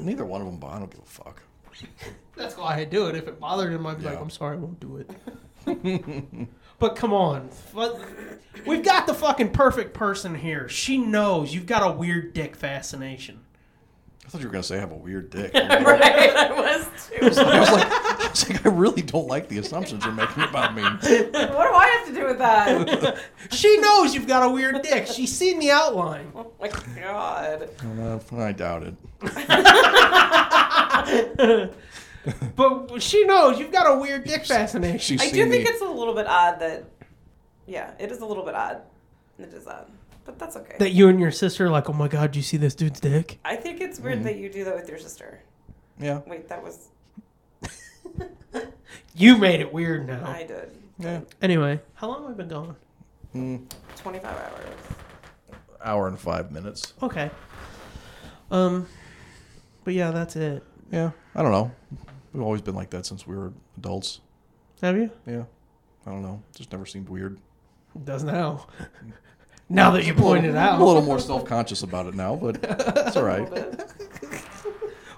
S3: Neither one of them, but I don't give a fuck.
S2: That's why I do it. If it bothered him, I'd be like,
S3: Yeah.
S2: I'm sorry, I won't do it.
S3: [LAUGHS]
S2: but come on. Fu- We've got the fucking perfect person here. She knows you've got a weird dick fascination.
S3: I thought you were gonna say I have a weird dick. I
S4: [LAUGHS] [LAUGHS] right. I was too.
S3: was like, I was like, I really don't like the assumptions you're making about me.
S4: [LAUGHS] What do I have to do with that? [LAUGHS]
S2: She knows you've got a weird dick. She's seen the outline.
S4: Oh my god.
S3: Uh, I doubt it.
S2: [LAUGHS] But she knows you've got a weird dick fascination.
S3: She's
S4: I
S3: seen
S4: do think
S3: the,
S4: it's a little bit odd that, yeah, it is a little bit odd. It is odd, but that's okay.
S2: That you and your sister are like, oh my god, do you see this dude's dick?
S4: I think it's weird that you do that with your sister.
S3: yeah,
S4: Wait, that was
S2: You made it weird now.
S4: I did.
S3: yeah,
S2: Anyway, how long have we been gone?
S4: Twenty five hours.
S3: hour and five minutes.
S2: Okay. Um, but yeah, that's it.
S3: Yeah, I don't know. We've always been like that since we were adults.
S2: Have you?
S3: Yeah, I don't know. Just never seemed weird.
S2: It does now. [LAUGHS] now that you point it
S3: I'm a
S2: out.
S3: little more self-conscious about it now, but it's all right.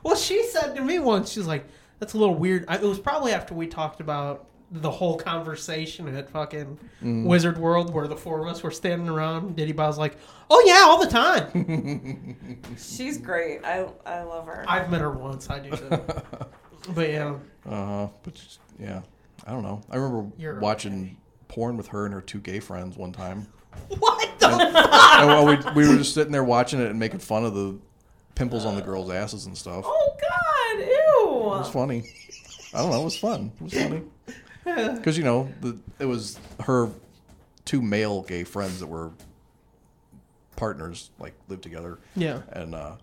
S2: Well, she said to me once, she's like, that's a little weird. I, it was probably after we talked about the whole conversation at fucking Wizard World where the four of us were standing around. Diddy Bob's like, oh yeah, all the time.
S4: She's great. I I love her.
S2: I've met her once. I do too.
S3: [LAUGHS]
S2: but yeah.
S3: Uh, but just, yeah, I don't know. I remember
S2: You're
S3: watching porn with her and her two gay friends one time. [LAUGHS]
S2: What the
S3: and well, we, we were just sitting there watching it and making fun of the pimples on the girls' asses and stuff. It
S4: oh god,
S3: was funny. I don't know. It was fun. It was funny. Because you know, the, it was her two male gay friends that were partners, like lived together, [LAUGHS]
S2: Yeah.
S3: and uh,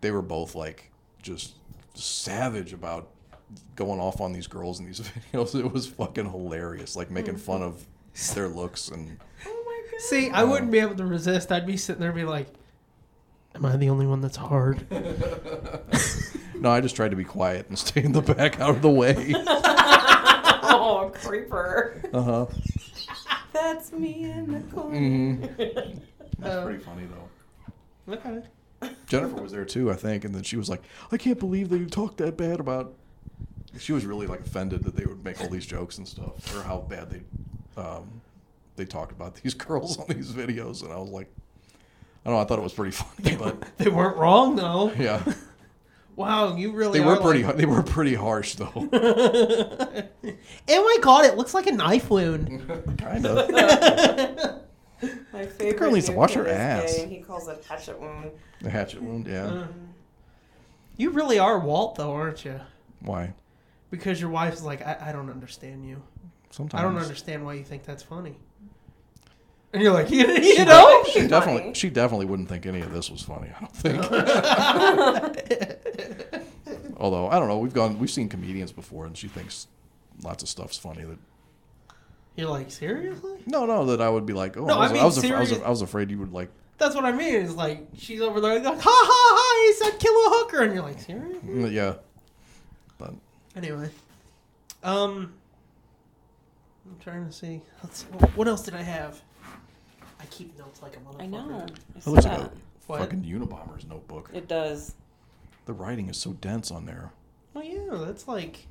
S3: they were both like just savage about going off on these girls in these [LAUGHS] videos. It was fucking hilarious, like making fun of their looks and
S4: ew. Oh my god.
S2: See, I wouldn't be able to resist. I'd be sitting there and be like, Am I the only one that's
S3: [LAUGHS]
S2: hard?
S3: No, I just tried to be quiet and [LAUGHS] stay in the back out of the way.
S4: Oh creeper.
S3: Uh huh.
S4: That's me in the corner.
S3: That's pretty funny though.
S2: Okay.
S3: Jennifer was there too, I think, and then she was like, "I can't believe that you talked that bad about." She was really like offended that they would make all these jokes and stuff, or how bad they, um, they talked about these [LAUGHS] girls on these videos, and I was like, I don't know, I thought it was pretty [LAUGHS] funny, but
S2: They weren't wrong though.
S3: yeah,
S2: Wow, you really
S3: they were
S2: are
S3: pretty,
S2: Like,
S3: they were pretty
S2: [LAUGHS]
S3: harsh though,
S2: oh my god, it looks like a knife wound. [LAUGHS]
S3: kind of.
S4: My favorite
S3: girl needs to
S4: new
S3: wash
S4: kid
S3: her
S4: is
S3: ass.
S4: gay, and he calls it hatchet wound.
S3: The hatchet wound,
S2: Uh.
S3: yeah.
S2: You really are Walt though, aren't you?
S3: Why?
S2: Because your wife's like, I, I don't understand you.
S3: Sometimes
S2: I don't understand why you think that's funny. And you're like, [LAUGHS] you, you know?
S3: She definitely,
S4: Funny.
S3: she definitely wouldn't think any of this was funny. I don't think.
S2: [LAUGHS]
S3: Although I don't know, we've gone, we've seen comedians before, and she thinks lots of stuff's funny. That
S2: You're like, seriously?
S3: no, no, that I would be like, oh,
S2: No,
S3: I, was,
S2: I
S3: I,
S2: mean
S3: was, af- I, was,
S2: serious-
S3: I was afraid you would like.
S2: That's what I mean. It's like, she's over there like, ha ha ha, he said kill a hooker. And you're like, seriously?
S3: mm, Yeah, but
S2: Anyway, um, I'm trying to see. Let's, wh- what else did I have? I keep notes like a motherfucker.
S4: I know.
S3: it looks like a
S2: What?
S3: fucking Unabomber's notebook.
S4: It does.
S3: The writing is so dense on there.
S2: Well, yeah, that's like.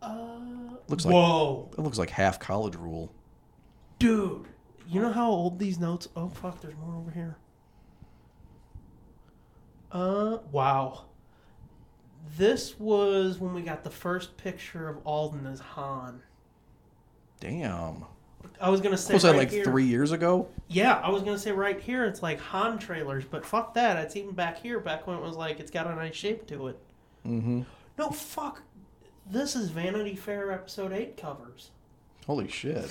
S2: Uh,
S3: Looks like
S2: whoa,
S3: it looks like half college rule.
S2: dude! You know how old these notes? Oh fuck, there's more over here. Uh, wow. This was when we got the first picture of Alden as Han.
S3: Damn.
S2: I was gonna say
S3: was
S2: right
S3: that like
S2: here.
S3: three years ago?
S2: Yeah, I was gonna say right here it's like Han trailers, but fuck that. It's even back here, back when it was like it's got a nice shape to it. Mm-hmm. No fuck. This is Vanity Fair episode eight covers.
S3: Holy shit!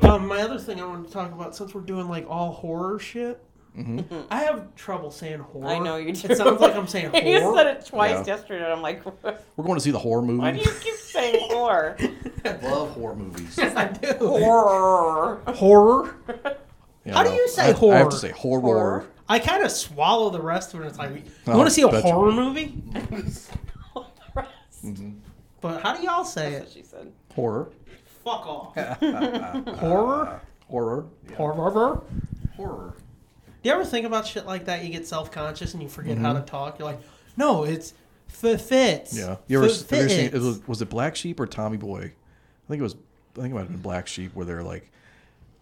S2: Um, my other thing I wanted to talk about since we're doing like all horror shit.
S3: Mm-hmm.
S2: [LAUGHS] I have trouble saying horror.
S4: I know you do.
S2: It sounds like I'm saying horror.
S4: [LAUGHS] you said it twice
S3: Yeah.
S4: yesterday. and I'm like, [LAUGHS]
S3: We're going to see the horror movie.
S4: why do you keep saying horror?
S3: I love horror [LAUGHS]
S2: [LAUGHS]
S3: movies.
S4: [LAUGHS]
S2: I do.
S4: horror.
S2: Horror.
S3: You
S2: How do
S3: know,
S2: you say
S3: I have- I
S2: horror?
S3: have to say horror.
S4: Horror?
S2: I kind of swallow the rest of it. It's like, you
S3: Oh,
S2: want to see a
S3: betcha.
S2: horror movie?
S4: All the rest.
S2: But how do y'all say
S4: That's what
S2: it?
S4: she said.
S3: Horror.
S2: Fuck
S3: [LAUGHS]
S2: off. horror?
S3: Horror. Yeah.
S2: Horror?
S3: Horror.
S2: Do you ever think about shit like that? You get self conscious and you forget how to talk. You're like, no, it's f- fits.
S3: Yeah. You ever,
S2: F-
S3: have you ever seen? It
S2: fits."
S3: was, was it Black Sheep or Tommy Boy? I think it was. I think it might have been Black Sheep, where they're like,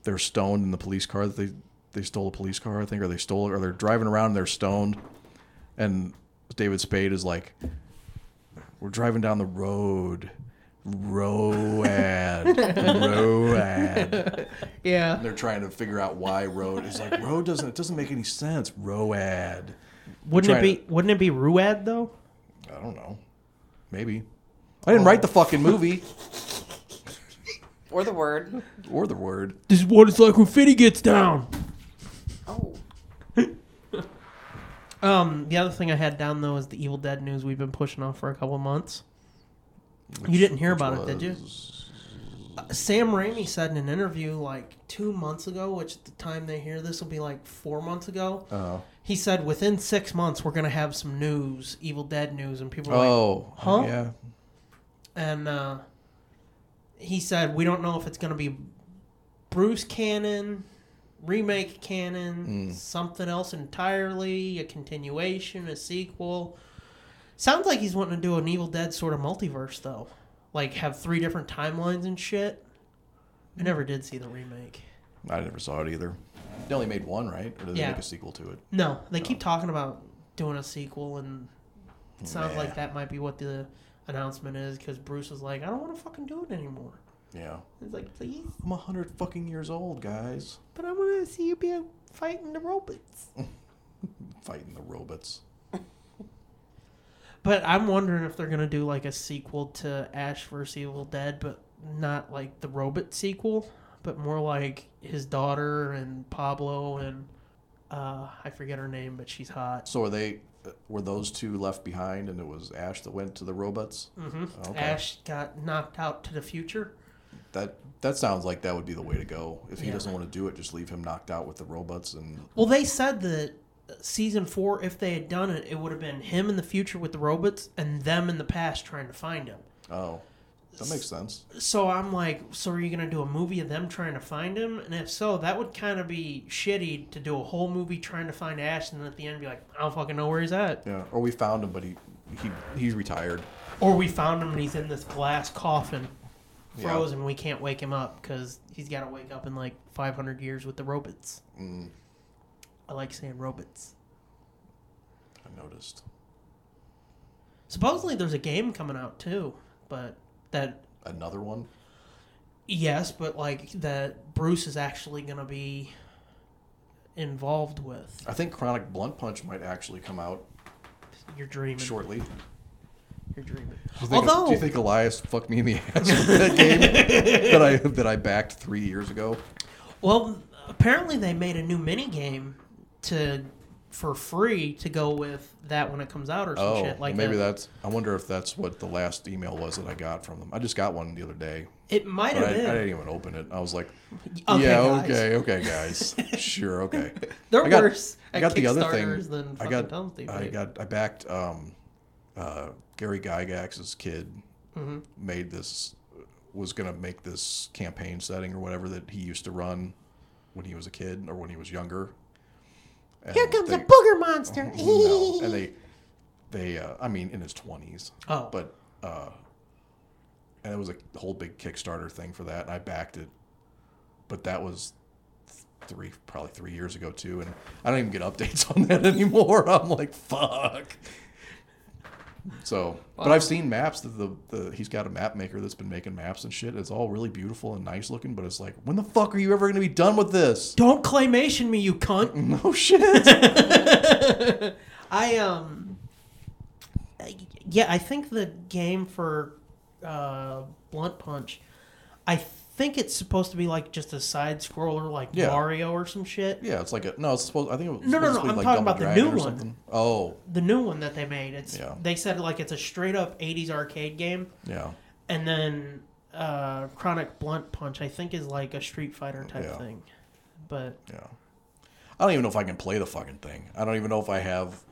S3: they're stoned in the police car that they they stole a police car, I think, or they stole it, or they're driving around and they're stoned, and David Spade is like, we're driving down the road. Road, road.
S2: Yeah.
S3: They're trying to figure out why road is like road doesn't. It doesn't make any sense. Road.
S2: Wouldn't it
S3: trying
S2: be? Wouldn't it be Ruad though?
S3: I don't know. Maybe. I didn't write the fucking movie
S4: Or the word.
S3: or the word.
S2: This is what it's like when Fitty gets down.
S4: Oh.
S2: Um, the other thing I had down though is the Evil Dead news we've been pushing off for a couple months. you didn't hear about it, did you? Uh, Sam Raimi said in an interview like two months ago, which at the time they hear this will be like four months ago.
S3: Oh.
S2: He said within six months we're gonna have some news, Evil Dead news, and people. Were like,
S3: Oh.
S2: Huh?
S3: Yeah.
S2: and uh, he said we don't know if it's going to be Bruce Cannon, remake canon, something else entirely, a continuation, a sequel. Sounds like he's wanting to do an Evil Dead sort of multiverse though, like have three different timelines and shit. I never did see the remake.
S3: I never saw it either. They only made one, right? Or did
S2: Yeah.
S3: they make a sequel to it?
S2: No, they keep talking about doing a sequel, and it sounds
S3: Yeah.
S2: like that might be what the announcement is because Bruce was like, I don't want to fucking do it anymore.
S3: Yeah.
S2: He's like, please.
S3: I'm a hundred fucking years old, guys.
S2: But I want to see you be fighting the robots.
S3: Fighting the robots.
S2: But I'm wondering if they're gonna do like a sequel to Ash vs Evil Dead, but not like the robot sequel, but more like his daughter and Pablo and uh, I forget her name, but she's hot.
S3: So are they? uh, Were those two left behind, and it was Ash that went to the robots?
S2: hmm
S3: Okay.
S2: Ash got knocked out to the future.
S3: That that sounds like that would be the way to go. If he
S2: Yeah.
S3: doesn't want to do it, just leave him knocked out with the robots, and
S2: Well, they said that uh, season four, if they had done it, it would have been him in the future with the robots and them in the past trying to find him.
S3: oh, that makes sense.
S2: So I'm like, so are you gonna do a movie of them trying to find him? And if so, that would kind of be shitty to do a whole movie trying to find Ash, and then at the end be like, I don't fucking know where he's at.
S3: Yeah. Or we found him, but he he he's retired.
S2: Or we found him and he's in this glass coffin,
S3: Yeah.
S2: frozen. We can't wake him up because he's got to wake up in like 500 years with the robots. I like saying robots.
S3: I noticed.
S2: Supposedly there's a game coming out too, but that
S3: Another one?
S2: yes, but like that Bruce is actually gonna be involved with.
S3: I think Chronic Blunt Punch might actually come out
S2: You're dreaming.
S3: shortly. Do
S2: You're dreaming.
S3: you think,
S2: Although,
S3: do you think Elias fucked me in the [LAUGHS] ass with
S2: [LAUGHS]
S3: that game that I that I backed three years ago?
S2: well, apparently they made a new mini game to for free to go with that when it comes out or some
S3: Oh,
S2: shit like
S3: well, maybe
S2: that.
S3: that's. I wonder if that's what the last email was that I got from them. I just got one the other day,
S2: It might
S3: but I,
S2: have
S3: I
S2: been.
S3: didn't even open it. I was like,
S2: Okay,
S3: "Yeah,
S2: guys.
S3: okay, okay, guys,
S2: [LAUGHS]
S3: sure, okay."
S2: They're
S3: I got,
S2: worse
S3: I
S2: at
S3: got the other thing.
S2: Kickstarters than
S3: I
S2: fucking
S3: got.
S2: Tom Thief,
S3: I
S2: right?
S3: got. I backed um, uh, Gary Gygax's kid.
S5: Mm-hmm.
S3: Made this was gonna make this campaign setting or whatever that he used to run when he was a kid or when he was younger. And
S5: Here comes
S3: they,
S5: a booger monster.
S3: no,
S5: [LAUGHS]
S3: and they, they. Uh, I mean, in his twenties.
S2: Oh.
S3: But. Uh, and it was a whole big Kickstarter thing for that, and I backed it. But that was three probably three years ago too and [LAUGHS] i don't even get updates on that anymore i'm like fuck So, but I've seen maps that the, the he's got a map maker that's been making maps and shit. It's all really beautiful and nice looking, but it's like, when the fuck are you ever gonna be done with this? [LAUGHS]
S2: Don't claymation me, you cunt.
S3: No shit.
S2: I um, I- yeah, I think the game for uh, Blunt Punch, I think it's supposed to be like just a side scroller, like
S3: Yeah.
S2: Mario or some shit.
S3: yeah, it's like a no. It's supposed. I think it was
S2: No, no,
S3: supposed
S2: no,
S3: to be
S2: I'm
S3: like
S2: talking
S3: Double
S2: about the
S3: Dragon
S2: new
S3: or
S2: one.
S3: something. Oh,
S2: The new one that they made, it's
S3: Yeah.
S2: they said like it's a straight up '80s arcade game,
S3: yeah,
S2: and then uh, Chronic Blunt Punch, I think, is like a Street Fighter type
S3: Yeah.
S2: thing. But
S3: yeah. I don't even know if I can play the fucking thing. I don't even know if I have.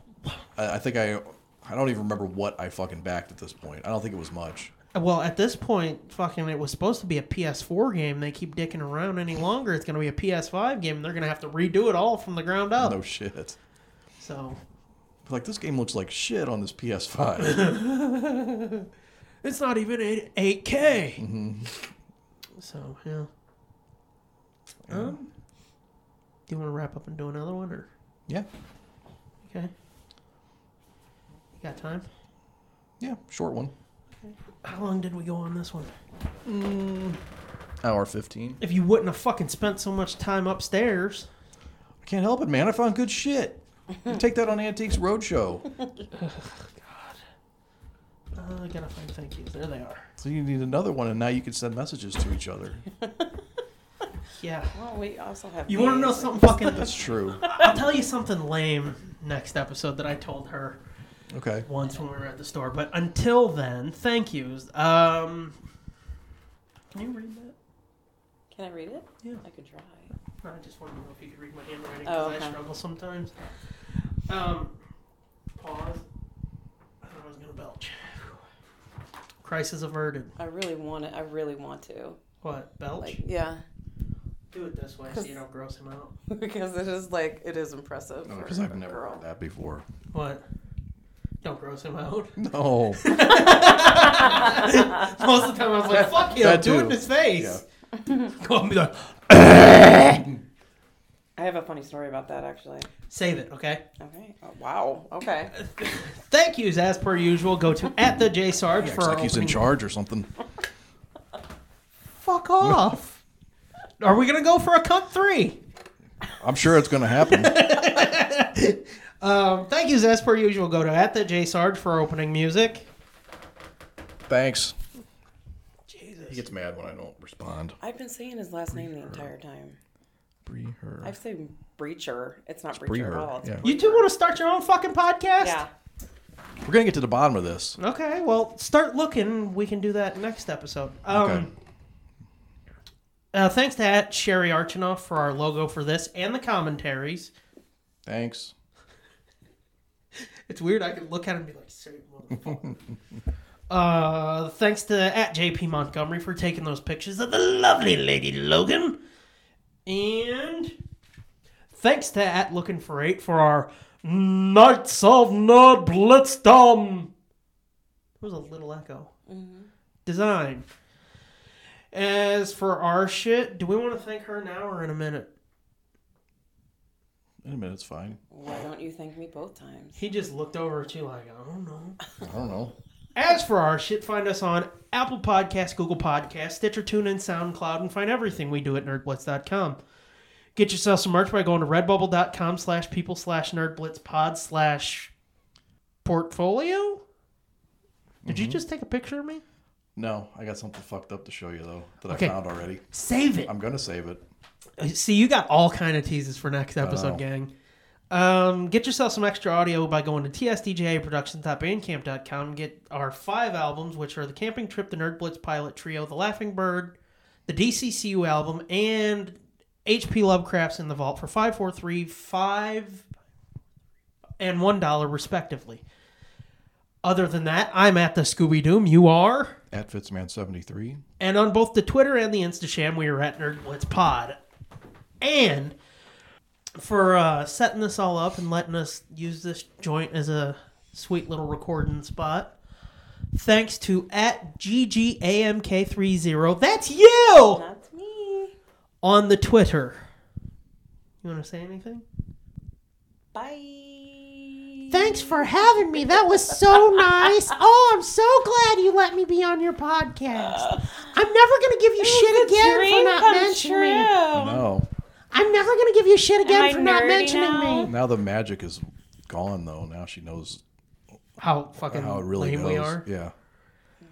S3: I, I think I. I don't even remember what I fucking backed at this point. I don't think it was much.
S2: well, at this point, fucking, it was supposed to be a PS4 game. They keep dicking around any longer, it's gonna be a PS5 game. And they're gonna have to redo it all from the ground up.
S3: No shit.
S2: So
S3: Like this game looks like shit on
S2: [LAUGHS]
S3: this PS5.
S2: it's not even eight eight K.
S3: Mm-hmm.
S2: So yeah. Um, do you want to wrap up and do another one, or
S3: yeah,
S2: okay? You got time?
S3: yeah, short one.
S2: How long did we go on this one?
S3: Hour fifteen.
S2: If you wouldn't have fucking spent so much time upstairs,
S3: I can't help it, man. I found good shit. You Take that on Antiques Roadshow.
S2: uh, I gotta find thank yous. There they are.
S3: So you need another one, and now you can send messages to each
S2: [LAUGHS]
S3: other.
S2: Yeah.
S4: Well, we also have.
S2: You want to know
S4: these.
S2: something [LAUGHS] fucking?
S3: That's true.
S2: I'll tell you something lame next episode that I told her.
S3: Okay.
S2: once when we were at the store. But until then, thank yous. Um, can you read that?
S4: Can I read it?
S2: Yeah.
S4: I could try.
S2: No, I just wanted to know if you could read my handwriting
S4: Oh,
S2: because I
S4: okay.
S2: struggle sometimes. Um, pause. I thought I was gonna belch. Crisis averted.
S4: I really want it. I really want to.
S2: What belch?
S4: Like, [LAUGHS] yeah,
S2: Do it this way so you don't gross him out.
S4: because it is like it is impressive. for
S3: Oh, Because I've
S4: a
S3: never
S4: girl.
S3: heard that before.
S2: What? Don't gross him
S4: [LAUGHS]
S2: out. [LAUGHS]
S3: No.
S2: Most of the time I was like, "Fuck you,
S3: That
S2: do it in
S3: too.
S2: his face." [LAUGHS] Go and be like,
S4: I have a funny story about that actually.
S2: "Save it, okay?"
S4: Okay. Oh, wow. Okay.
S2: Thank yous, as per usual. Go to at the J Sarge
S3: Acts
S2: for
S3: like he's in
S2: opening-
S3: charge or something.
S2: Fuck
S3: [LAUGHS]
S2: off. Are we gonna go for a cunt three?
S3: I'm sure it's going
S2: [LAUGHS]
S3: to happen.
S2: Um, thank yous, as per usual. Go to at the J Sarge for opening music.
S3: Thanks. He
S2: Jesus.
S3: gets mad when I don't respond.
S4: [LAUGHS] I've been saying his last name the entire time.
S3: Bree her.
S4: I've said Breacher. It's not
S3: Bree
S4: Breacher at
S3: her.
S4: all. It's
S3: Yeah.
S2: You two want to start your own fucking podcast?
S4: [LAUGHS] Yeah.
S3: We're going to get to the bottom of this.
S2: Okay. Well, start looking. We can do that next episode. Um,
S3: Okay.
S2: uh, thanks to at Sherry Archinoff for our logo for this and the commentaries.
S3: Thanks.
S2: It's weird. I could look at it and be like, "Save motherfucker." [LAUGHS] uh, thanks to at JP Montgomery for taking those pictures of the lovely Lady Logan, and thanks to at Looking for Eight for our Knights of Nerd Blitzdom. There was a little echo. Design. As for our shit, do we want to thank her now or in a minute?
S3: In a minute, it's fine.
S4: Why don't you thank me both times?
S2: He just looked over at you like, I don't know.
S3: I don't know.
S2: As for our shit, find us on Apple Podcasts, Google Podcasts, Stitcher, TuneIn, SoundCloud, and find everything we do at nerdblitz.com. Get yourself some merch by going to redbubble.com slash people slash nerdblitzpod slash portfolio? Did you just take a picture of me?
S3: No, I got something fucked up to show you, though, that
S2: Okay.
S3: I found already.
S2: Save it.
S3: I'm going to save it.
S2: See, you got all kind of teases for next episode,
S3: know.
S2: gang. Um, get yourself some extra audio by going to tsdjaproductions.bandcamp.com. Get our five albums, which are the Camping Trip, the Nerd Blitz Pilot Trio, the Laughing Bird, the DCCU album, and HP Lovecrafts in the Vault for five, four, three, five, and one dollar respectively. Other than that, I'm at the Scooby Doom. You are.
S3: At Fitzman73.
S2: And on both the Twitter and the Instasham, we are at Nerd Blitz Pod. And for uh, setting this all up and letting us use this joint as a sweet little recording spot. Thanks to at GGAMK30. That's you
S4: That's me.
S2: on the Twitter. You want to say anything?
S4: Bye.
S5: Thanks for having me. That was so nice.
S4: [LAUGHS]
S5: Oh, I'm so glad you let me be on your podcast. I'm never going to give you shit again for
S4: Dream
S5: not
S4: come
S5: mentioning me.
S3: [LAUGHS]
S4: true.
S3: No.
S5: I'm never going to give you shit
S4: Am
S5: again
S4: I
S5: for not
S4: nerdy
S5: mentioning
S4: now?
S5: me.
S3: Now the magic is gone, though. Now she knows
S2: How fucking
S3: how it really
S2: lame
S3: goes.
S2: we are.
S3: Yeah.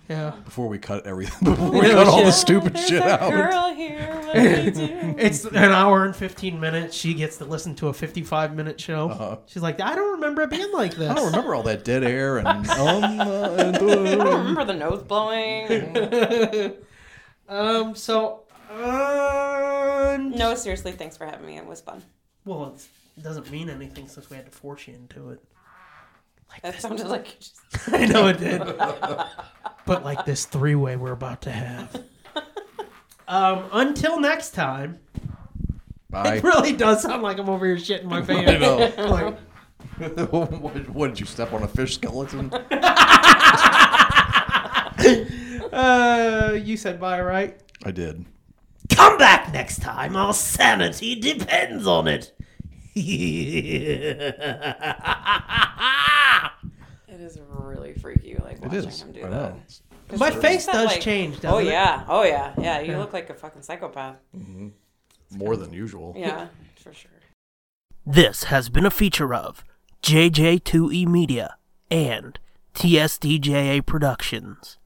S2: Yeah.
S3: Before we cut everything, [LAUGHS] before we cut all the stupid
S4: Oh, There's
S3: shit
S4: a
S3: out.
S4: girl here. What do we do?
S2: It's an hour and 15 minutes. She gets to listen to a 55 minute show.
S3: Uh-huh.
S2: She's like, I don't remember it being like
S3: I don't
S2: this.
S3: remember all that dead air and um uh, and uh.
S4: [LAUGHS] I don't remember the nose blowing.
S2: [LAUGHS] um, so, um,
S4: [LAUGHS] No, seriously, thanks for having me. It was fun.
S2: well, it's- it doesn't mean anything since we had to force you into it.
S4: [LAUGHS] It sounded like you just.
S2: [LAUGHS] I know it
S3: [LAUGHS]
S2: did. but like this three way we're about to have. Um, until next time, [LAUGHS]
S3: Bye.
S2: it really does sound like I'm over here shitting my
S3: [LAUGHS] I
S2: pants.
S3: know.
S2: [LAUGHS] Like,
S3: [LAUGHS] what, what did you step on a fish skeleton?
S2: uh, you said bye, right?
S3: I did.
S1: Come back next time. Our sanity depends on it.
S4: [LAUGHS] It is really freaky, like
S3: It
S4: watching
S3: is.
S4: him do
S3: I
S4: that.
S3: know.
S2: My face
S4: That,
S2: does
S4: like-
S2: change, doesn't
S4: Oh
S2: it?
S4: yeah, oh yeah, yeah. You look like a fucking psychopath.
S2: [LAUGHS]
S3: More than usual.
S4: Yeah, for sure.
S1: [LAUGHS] This has been a feature of JJ2E Media and TSDJA Productions.